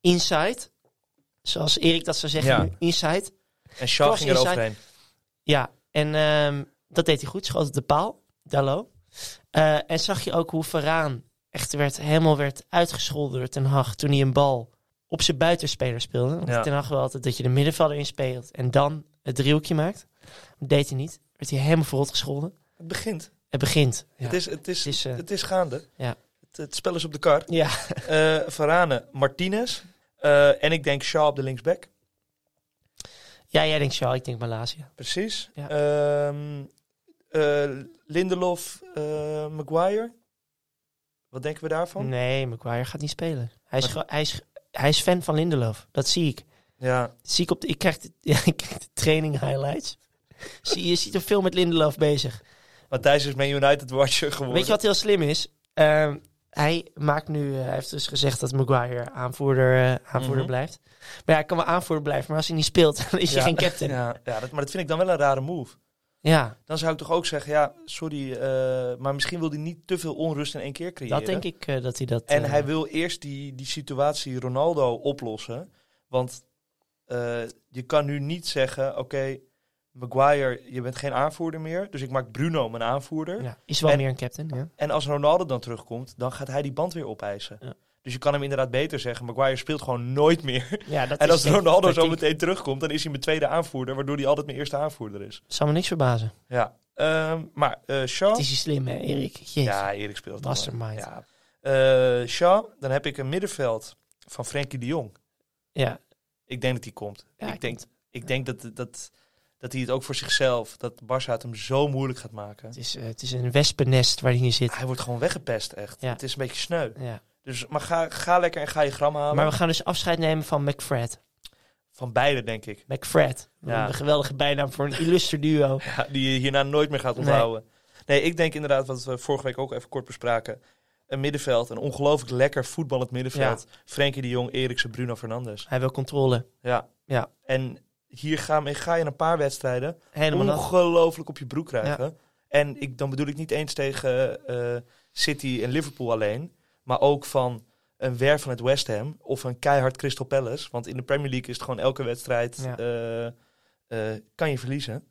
[SPEAKER 4] inside. Zoals Erik dat zou zeggen
[SPEAKER 3] Ja.
[SPEAKER 4] nu, inside.
[SPEAKER 3] en Shaw
[SPEAKER 4] Cross
[SPEAKER 3] ging er
[SPEAKER 4] inside.
[SPEAKER 3] overheen.
[SPEAKER 4] Ja, En ehm, dat deed hij goed. Schoot op de paal. Dalo. Eh, en zag je ook hoe Varaan echt werd, helemaal werd uitgescholden door Ten Hag toen hij een bal op zijn buitenspeler speelde. Want
[SPEAKER 3] Ja.
[SPEAKER 4] Ten Hag wil altijd dat je de middenvelder inspeelt en dan het driehoekje maakt. Dat deed hij niet. Werd hij helemaal verrot gescholden.
[SPEAKER 3] Het begint.
[SPEAKER 4] Het begint. Ja.
[SPEAKER 3] Het, is, het, is,
[SPEAKER 4] Het is, eh,
[SPEAKER 3] het is gaande.
[SPEAKER 4] ja.
[SPEAKER 3] Het, het spel is op de kaart.
[SPEAKER 4] ja.
[SPEAKER 3] Eh Varane, Martinez. Eh, en ik denk Shaw op de linksback.
[SPEAKER 4] Ja, jij denkt Shaw, ik denk Malasia.
[SPEAKER 3] Precies.
[SPEAKER 4] Ja.
[SPEAKER 3] Ehm, eh, Lindelof, eh, Maguire. Wat denken we daarvan?
[SPEAKER 4] Nee, Maguire gaat niet spelen. Hij is, ge- hij is, hij is fan van Lindelof. Dat zie ik.
[SPEAKER 3] Ja,
[SPEAKER 4] Dat zie ik, op de, ik, krijg de, <laughs> ja, ik krijg de training highlights. zie, je ziet er veel met Lindelof bezig.
[SPEAKER 3] Matthijs is Man United watcher geworden.
[SPEAKER 4] Weet je wat heel slim is? Ehm, hij maakt nu, eh, hij heeft dus gezegd dat Maguire aanvoerder, eh, aanvoerder
[SPEAKER 3] Mhm.
[SPEAKER 4] blijft. Maar ja, hij kan wel aanvoerder blijven, maar als hij niet speelt, <laughs> dan is hij
[SPEAKER 3] Ja.
[SPEAKER 4] geen captain. Ja.
[SPEAKER 3] Ja, ja dat, maar dat vind ik dan wel een rare move. Dan zou ik toch ook zeggen, ja, sorry, eh, maar misschien wil hij niet te veel onrust in één keer creëren.
[SPEAKER 4] dat denk ik eh, dat hij dat...
[SPEAKER 3] En
[SPEAKER 4] eh,
[SPEAKER 3] hij wil eerst die, die situatie Ronaldo oplossen. Want eh, je kan nu niet zeggen, oké, Maguire, je bent geen aanvoerder meer. Dus ik maak Bruno mijn aanvoerder.
[SPEAKER 4] ja, is wel
[SPEAKER 3] en-
[SPEAKER 4] meer een captain,
[SPEAKER 3] <laughs>
[SPEAKER 4] ja.
[SPEAKER 3] En als Ronaldo dan terugkomt, dan gaat hij die band weer opeisen.
[SPEAKER 4] Ja.
[SPEAKER 3] Dus je kan hem inderdaad beter zeggen, Maguire speelt gewoon nooit
[SPEAKER 4] <laughs>
[SPEAKER 3] meer.
[SPEAKER 4] ja dat
[SPEAKER 3] en
[SPEAKER 4] is
[SPEAKER 3] als
[SPEAKER 4] de
[SPEAKER 3] Ronaldo zo
[SPEAKER 4] tactiek.
[SPEAKER 3] meteen terugkomt, dan is hij mijn tweede aanvoerder. Waardoor hij altijd mijn eerste aanvoerder is.
[SPEAKER 4] Zou me niks verbazen.
[SPEAKER 3] Ja, Ehm, maar eh Shaw...
[SPEAKER 4] Het is hij slim, hè, Erik? Jezus.
[SPEAKER 3] Ja, Erik speelt wel.
[SPEAKER 4] Mastermind.
[SPEAKER 3] Ja. Eh, Shaw, dan heb ik een middenveld van Frenkie de Jong.
[SPEAKER 4] Ja,
[SPEAKER 3] Ik denk dat hij komt.
[SPEAKER 4] Ja,
[SPEAKER 3] ik
[SPEAKER 4] ik
[SPEAKER 3] denk, ik denk dat, dat, dat hij het ook voor zichzelf, dat Barca het hem zo moeilijk gaat maken.
[SPEAKER 4] het is, eh, het is een wespennest waar hij in zit.
[SPEAKER 3] Hij wordt gewoon weggepest, echt.
[SPEAKER 4] Ja.
[SPEAKER 3] Het is een beetje sneu.
[SPEAKER 4] Ja.
[SPEAKER 3] Dus, maar ga, ga lekker en ga je gram halen.
[SPEAKER 4] Maar we gaan dus afscheid nemen van McFred.
[SPEAKER 3] Van beide, denk ik.
[SPEAKER 4] McFred.
[SPEAKER 3] Ja.
[SPEAKER 4] Een geweldige bijnaam voor een illuster duo.
[SPEAKER 3] Ja, die je hierna nooit meer gaat onthouden. Nee. ik denk inderdaad, wat we vorige week ook even kort bespraken. Een middenveld, een ongelooflijk lekker voetballend middenveld. Frenkie de Jong, Eriksen, Bruno Fernandes.
[SPEAKER 4] Hij wil controle.
[SPEAKER 3] Ja.
[SPEAKER 4] Ja.
[SPEAKER 3] En hier ga, ga je in een paar wedstrijden
[SPEAKER 4] Helemaal nat.
[SPEAKER 3] ongelooflijk op je broek krijgen. En ik, dan bedoel ik niet eens tegen eh, City en Liverpool alleen, maar ook van een werf van het West Ham of een keihard Crystal Palace. Want in de Premier League is het gewoon elke wedstrijd
[SPEAKER 4] Ja.
[SPEAKER 3] eh, eh, kan je verliezen.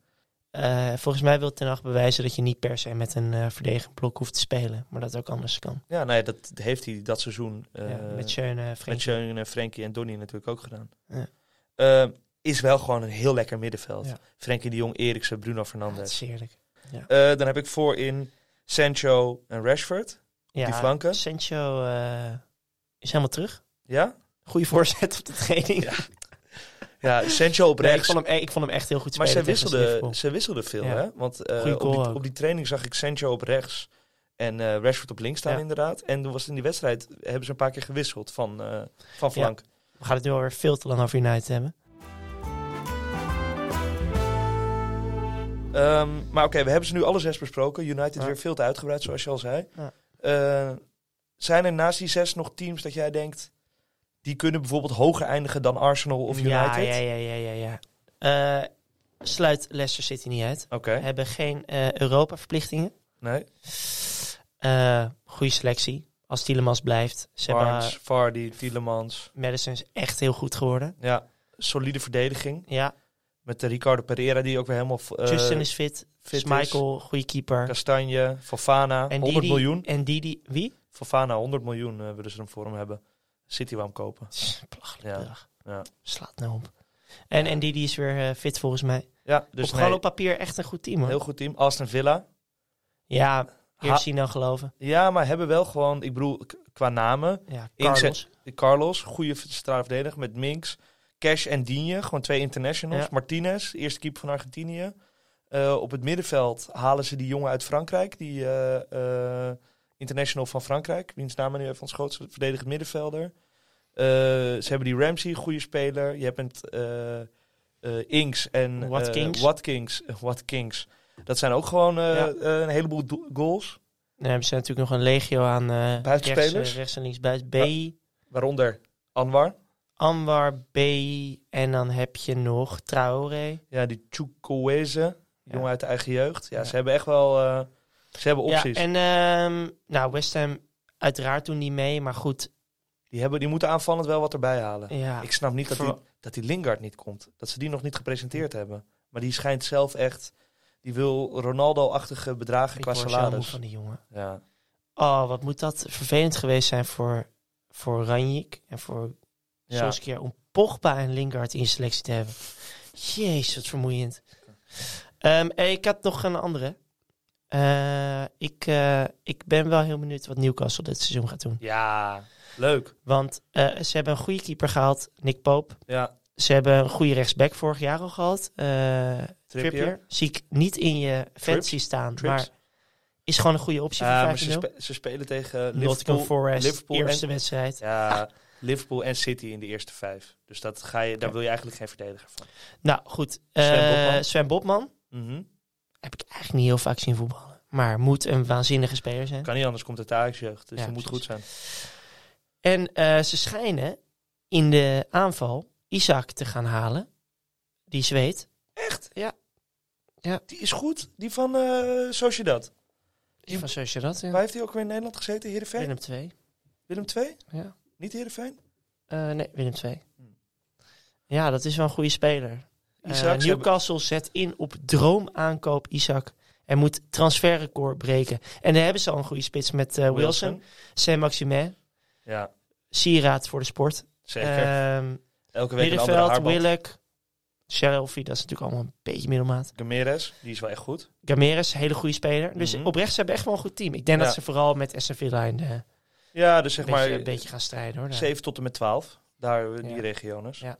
[SPEAKER 4] Eh, volgens mij wil Ten Hag bewijzen dat je niet per se met een eh verdedigend blok hoeft te spelen. Maar dat ook anders kan.
[SPEAKER 3] Ja, nou ja, dat heeft hij dat seizoen eh,
[SPEAKER 4] ja, met Schöne,
[SPEAKER 3] met
[SPEAKER 4] Frenkie.
[SPEAKER 3] Jeun en Frenkie en Donny natuurlijk ook gedaan.
[SPEAKER 4] Ja.
[SPEAKER 3] Eh, is wel gewoon een heel lekker middenveld.
[SPEAKER 4] Ja.
[SPEAKER 3] Frenkie de Jong, Eriksen, Bruno
[SPEAKER 4] Ja, dat
[SPEAKER 3] Fernandes.
[SPEAKER 4] is heerlijk.
[SPEAKER 3] Eh, dan heb ik voorin Sancho en Rashford.
[SPEAKER 4] Ja,
[SPEAKER 3] Die flanken?
[SPEAKER 4] Sancho eh, is helemaal terug.
[SPEAKER 3] Ja?
[SPEAKER 4] Goede voorzet op de training.
[SPEAKER 3] Ja, Ja, Sancho op
[SPEAKER 4] Nee, ik,
[SPEAKER 3] rechts.
[SPEAKER 4] vond hem, e- ik vond hem echt heel goed
[SPEAKER 3] maar
[SPEAKER 4] spelen.
[SPEAKER 3] ze
[SPEAKER 4] tegen
[SPEAKER 3] wisselden,
[SPEAKER 4] Liverpool.
[SPEAKER 3] ze wisselden veel,
[SPEAKER 4] Ja.
[SPEAKER 3] hè? Want eh,
[SPEAKER 4] Goeie
[SPEAKER 3] op,
[SPEAKER 4] goal
[SPEAKER 3] die,
[SPEAKER 4] ook.
[SPEAKER 3] op die training zag ik Sancho op rechts en eh, Rashford op links staan,
[SPEAKER 4] Ja.
[SPEAKER 3] inderdaad. En toen was het in die wedstrijd, hebben ze een paar keer gewisseld van, eh, van flank.
[SPEAKER 4] We gaan het nu alweer veel te lang over United hebben.
[SPEAKER 3] Ehm, maar oké, we hebben ze nu alle zes besproken. United
[SPEAKER 4] Ja.
[SPEAKER 3] weer veel te uitgebreid, zoals je al zei.
[SPEAKER 4] Ja.
[SPEAKER 3] Eh, zijn er naast die zes nog teams dat jij denkt, die kunnen bijvoorbeeld hoger eindigen dan Arsenal of United?
[SPEAKER 4] Ja, ja, ja, ja, ja. ja. Eh, sluit Leicester City niet uit.
[SPEAKER 3] Oké,
[SPEAKER 4] Hebben geen eh, Europa-verplichtingen.
[SPEAKER 3] nee.
[SPEAKER 4] Eh goede selectie. Als Tielemans blijft. Ze hebben
[SPEAKER 3] Barnes, Vardy, Tielemans.
[SPEAKER 4] Madison is echt heel goed geworden.
[SPEAKER 3] Ja, solide verdediging.
[SPEAKER 4] Ja,
[SPEAKER 3] Met de Ricardo Pereira, die ook weer helemaal eh,
[SPEAKER 4] Justin is fit.
[SPEAKER 3] fit
[SPEAKER 4] Michael, goede keeper.
[SPEAKER 3] Kastanje, Fofana,
[SPEAKER 4] En
[SPEAKER 3] 100
[SPEAKER 4] Didi-
[SPEAKER 3] miljoen.
[SPEAKER 4] En Didi, wie?
[SPEAKER 3] Fofana, 100 miljoen eh, willen ze hem voor hem hebben. City wou hem kopen.
[SPEAKER 4] Belachelijk
[SPEAKER 3] Ja,
[SPEAKER 4] bedrag.
[SPEAKER 3] ja.
[SPEAKER 4] Slaat nou op. En, en Didi is weer eh, fit volgens mij.
[SPEAKER 3] ja
[SPEAKER 4] Dus
[SPEAKER 3] dus
[SPEAKER 4] op, gewoon
[SPEAKER 3] nee,
[SPEAKER 4] op papier echt een goed team
[SPEAKER 3] heel
[SPEAKER 4] hoor.
[SPEAKER 3] goed team. Aston Villa.
[SPEAKER 4] Ja,
[SPEAKER 3] Ha-
[SPEAKER 4] eerst zien dan geloven.
[SPEAKER 3] Ja, maar hebben wel gewoon, ik bedoel, k- qua namen.
[SPEAKER 4] Ja,
[SPEAKER 3] Inzet-
[SPEAKER 4] Carlos.
[SPEAKER 3] Carlos, goede v- centrale verdediger met Minks. Cash en Digne, gewoon twee internationals.
[SPEAKER 4] Ja.
[SPEAKER 3] Martinez, eerste keeper van Argentinië. Eh, op het middenveld halen ze die jongen uit Frankrijk. Die eh, eh, international van Frankrijk. Wiens naam me nu even ontschoot. Verdedigend middenvelder. Eh, ze hebben die Ramsey, goede speler. Je hebt met eh, eh, Inks en eh,
[SPEAKER 4] Watkins.
[SPEAKER 3] Watkins. eh, Watkins. Dat zijn ook gewoon eh,
[SPEAKER 4] Ja.
[SPEAKER 3] eh, een heleboel do- goals.
[SPEAKER 4] Dan hebben ze natuurlijk nog een legio aan eh
[SPEAKER 3] Buitenspelers?
[SPEAKER 4] Rechts, eh, rechts en links buiten. B,
[SPEAKER 3] Waaronder Anwar.
[SPEAKER 4] Anwar, B. En dan heb je nog Traoré.
[SPEAKER 3] Ja, die Chukwueze, jongen
[SPEAKER 4] Ja.
[SPEAKER 3] uit de eigen jeugd. Ja,
[SPEAKER 4] Ja.
[SPEAKER 3] ze hebben echt wel eh, ze hebben
[SPEAKER 4] Ja,
[SPEAKER 3] opties.
[SPEAKER 4] en ehm, nou, West Ham uiteraard doen die mee. Maar goed,
[SPEAKER 3] die, hebben, die moeten aanvallend wel wat erbij halen.
[SPEAKER 4] ja.
[SPEAKER 3] Ik snap niet dat die,
[SPEAKER 4] Voor-
[SPEAKER 3] dat die Lingard niet komt. Dat ze die nog niet gepresenteerd hebben. Maar die schijnt zelf echt... Die wil Ronaldo-achtige bedragen
[SPEAKER 4] Ik
[SPEAKER 3] qua
[SPEAKER 4] word zo moe
[SPEAKER 3] salaris.
[SPEAKER 4] van die jongen.
[SPEAKER 3] Ja.
[SPEAKER 4] Oh, wat moet dat vervelend geweest zijn voor, voor Ranjik en voor
[SPEAKER 3] Ja.
[SPEAKER 4] zoals keer om Pogba en Lingard in je selectie te hebben. Jezus, wat vermoeiend. Ehm, en ik had nog een andere. Eh, ik, eh, ik ben wel heel benieuwd wat Newcastle dit seizoen gaat doen.
[SPEAKER 3] ja, leuk.
[SPEAKER 4] Want eh, ze hebben een goede keeper gehaald, Nick Pope.
[SPEAKER 3] Ja,
[SPEAKER 4] Ze hebben een goede rechtsback vorig jaar al gehad. eh
[SPEAKER 3] Trippier.
[SPEAKER 4] Trippier. Zie ik niet in je fancy staan,
[SPEAKER 3] Trips.
[SPEAKER 4] maar is gewoon een goede optie
[SPEAKER 3] Ja, Eh, maar
[SPEAKER 4] voor
[SPEAKER 3] ze,
[SPEAKER 4] 5-0.
[SPEAKER 3] spe- ze spelen tegen
[SPEAKER 4] Nottingham
[SPEAKER 3] Liverpool,
[SPEAKER 4] Forest,
[SPEAKER 3] Liverpool en-
[SPEAKER 4] eerste
[SPEAKER 3] <laughs>
[SPEAKER 4] wedstrijd.
[SPEAKER 3] ja, Liverpool en City in de eerste vijf. Dus dat ga je, daar wil je eigenlijk geen verdediger van.
[SPEAKER 4] Nou, goed.
[SPEAKER 3] Sven
[SPEAKER 4] Eh,
[SPEAKER 3] Botman.
[SPEAKER 4] Sven Botman
[SPEAKER 3] Mhm.
[SPEAKER 4] heb ik eigenlijk niet heel vaak zien voetballen. Maar moet een waanzinnige speler zijn.
[SPEAKER 3] Kan niet anders, komt uit de Ajax-jeugd. Dus
[SPEAKER 4] Ja,
[SPEAKER 3] dat moet goed
[SPEAKER 4] precies.
[SPEAKER 3] zijn.
[SPEAKER 4] En eh, ze schijnen in de aanval Isaac te gaan halen. Die zweet.
[SPEAKER 3] Echt?
[SPEAKER 4] Ja. Ja.
[SPEAKER 3] Die is goed. Die van eh Sociedad.
[SPEAKER 4] Die van Sociedad, ja.
[SPEAKER 3] Waar heeft hij ook weer in Nederland gezeten? Heerenveen?
[SPEAKER 4] Willem 2.
[SPEAKER 3] Willem II?
[SPEAKER 4] Ja.
[SPEAKER 3] Niet Heerenveen?
[SPEAKER 4] Eh, nee, Willem 2.
[SPEAKER 3] Hmm.
[SPEAKER 4] Ja, dat is wel een goede speler. Eh,
[SPEAKER 3] Isaac, ze
[SPEAKER 4] Newcastle zet in op droomaankoop Isaac. Er moet transferrecord breken. En daar hebben ze al een goede spits met eh, Wilson. Saint-Maximin.
[SPEAKER 3] Ja,
[SPEAKER 4] Sieraad voor de sport.
[SPEAKER 3] zeker.
[SPEAKER 4] Ehm,
[SPEAKER 3] Elke week een andere
[SPEAKER 4] Middenveld,
[SPEAKER 3] haarband.
[SPEAKER 4] Willek. Shelby, dat is natuurlijk allemaal een beetje middelmaat.
[SPEAKER 3] Gameres, die is wel echt goed.
[SPEAKER 4] Gameres, hele goede speler. Dus
[SPEAKER 3] Mhm.
[SPEAKER 4] oprecht, ze hebben echt wel een goed team. Ik denk
[SPEAKER 3] Ja.
[SPEAKER 4] dat ze vooral met SC Villa in de- een,
[SPEAKER 3] Ja, dus zeg
[SPEAKER 4] beetje,
[SPEAKER 3] maar
[SPEAKER 4] een beetje gaan strijden. Hoor. daar.
[SPEAKER 3] 7 tot en met 12. Daar, eh, die
[SPEAKER 4] Ja.
[SPEAKER 3] regiones.
[SPEAKER 4] Ja.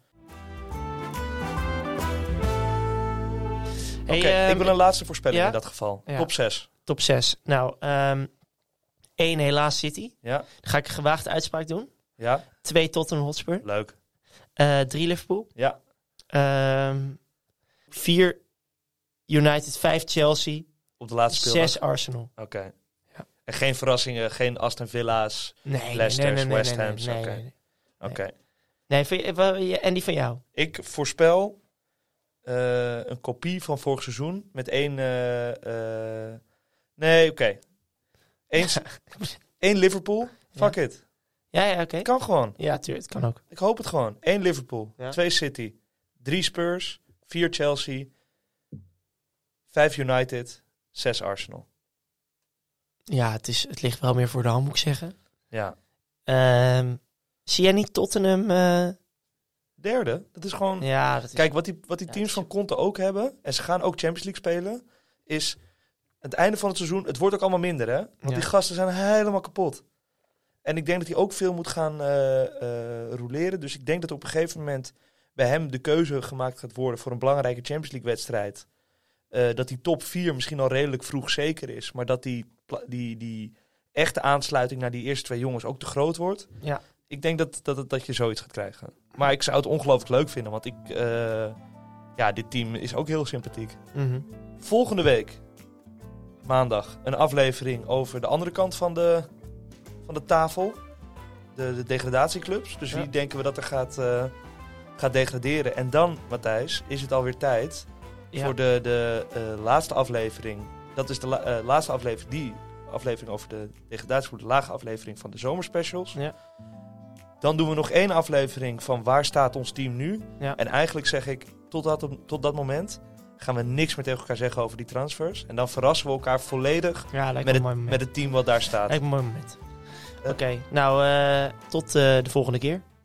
[SPEAKER 3] Oké,
[SPEAKER 4] Hey,
[SPEAKER 3] ik
[SPEAKER 4] ehm,
[SPEAKER 3] wil een laatste voorspelling
[SPEAKER 4] ja?
[SPEAKER 3] in dat geval.
[SPEAKER 4] Ja.
[SPEAKER 3] Top 6.
[SPEAKER 4] Top 6. Nou, ehm één helaas City.
[SPEAKER 3] Ja,
[SPEAKER 4] Dan ga ik een gewaagde uitspraak doen.
[SPEAKER 3] ja,
[SPEAKER 4] Twee Tottenham Hotspur.
[SPEAKER 3] leuk.
[SPEAKER 4] Eh drie Liverpool.
[SPEAKER 3] Ja,
[SPEAKER 4] Ehm vier United. Vijf Chelsea.
[SPEAKER 3] op de laatste speeldag.
[SPEAKER 4] Zes Arsenal.
[SPEAKER 3] Oké.
[SPEAKER 4] Ja.
[SPEAKER 3] En geen verrassingen, geen Aston Villa's.
[SPEAKER 4] Nee, nee,
[SPEAKER 3] Leicester's,
[SPEAKER 4] nee, nee, nee,
[SPEAKER 3] West
[SPEAKER 4] nee,
[SPEAKER 3] Ham's,
[SPEAKER 4] nee,
[SPEAKER 3] oké.
[SPEAKER 4] nee, nee.
[SPEAKER 3] Oké.
[SPEAKER 4] Nee, vind je- wa- je- en die van jou?
[SPEAKER 3] Ik voorspel eh, een kopie van vorig seizoen met één. eh, eh, nee, oké. Eén s- Eén Liverpool. Fuck it.
[SPEAKER 4] <laughs> Ja, ja, oké.
[SPEAKER 3] Het kan gewoon.
[SPEAKER 4] Ja, tuurlijk, het kan ook.
[SPEAKER 3] Ik hoop het gewoon. Eén Liverpool.
[SPEAKER 4] Ja.
[SPEAKER 3] Twee City. Drie Spurs. Vier Chelsea. Vijf United. Zes Arsenal.
[SPEAKER 4] Ja, het, is, het ligt wel meer voor de hand, moet ik zeggen.
[SPEAKER 3] Ja.
[SPEAKER 4] Ehm, zie jij niet Tottenham? eh,
[SPEAKER 3] Derde. Dat is gewoon.
[SPEAKER 4] ja, dat is...
[SPEAKER 3] Kijk, wat die, wat die
[SPEAKER 4] Ja,
[SPEAKER 3] teams
[SPEAKER 4] het is-
[SPEAKER 3] van Conte ook hebben, en ze gaan ook Champions League spelen, is het einde van het seizoen, het wordt ook allemaal minder, hè? Want
[SPEAKER 4] Ja.
[SPEAKER 3] die gasten zijn helemaal kapot. En ik denk dat hij ook veel moet gaan eh eh, roleren. Dus ik denk dat op een gegeven moment bij hem de keuze gemaakt gaat worden voor een belangrijke Champions League wedstrijd. Eh, dat die top 4 misschien al redelijk vroeg zeker is, maar dat die, pla- die, die echte aansluiting naar die eerste twee jongens ook te groot wordt. Ik denk dat, dat, dat, dat je zoiets gaat krijgen. Maar ik zou het ongelooflijk leuk vinden, want ik, eh, ja, dit team is ook heel sympathiek.
[SPEAKER 4] Mhm.
[SPEAKER 3] Volgende week, maandag, een aflevering over de andere kant van de, van de tafel. De, de degradatieclubs. Dus wie
[SPEAKER 4] Ja.
[SPEAKER 3] denken we dat er gaat, eh, gaat degraderen? En dan, Matthijs, is het alweer tijd
[SPEAKER 4] Ja.
[SPEAKER 3] voor de, de eh, laatste aflevering. Dat is de la- eh, laatste aflevering, die aflevering over de degradatie voor de lage aflevering van de zomerspecials.
[SPEAKER 4] Ja.
[SPEAKER 3] Dan doen we nog één aflevering van waar staat ons team nu.
[SPEAKER 4] Ja.
[SPEAKER 3] En eigenlijk zeg ik, tot dat, tot dat moment gaan we niks meer tegen elkaar zeggen over die transfers. En dan verrassen we elkaar volledig
[SPEAKER 4] Ja, lijkt
[SPEAKER 3] met
[SPEAKER 4] me een
[SPEAKER 3] het,
[SPEAKER 4] mooi moment.
[SPEAKER 3] met het team wat daar staat.
[SPEAKER 4] Lijkt me een mooi moment. Oké,
[SPEAKER 3] Eh.
[SPEAKER 4] nou, eh, tot eh, de volgende keer.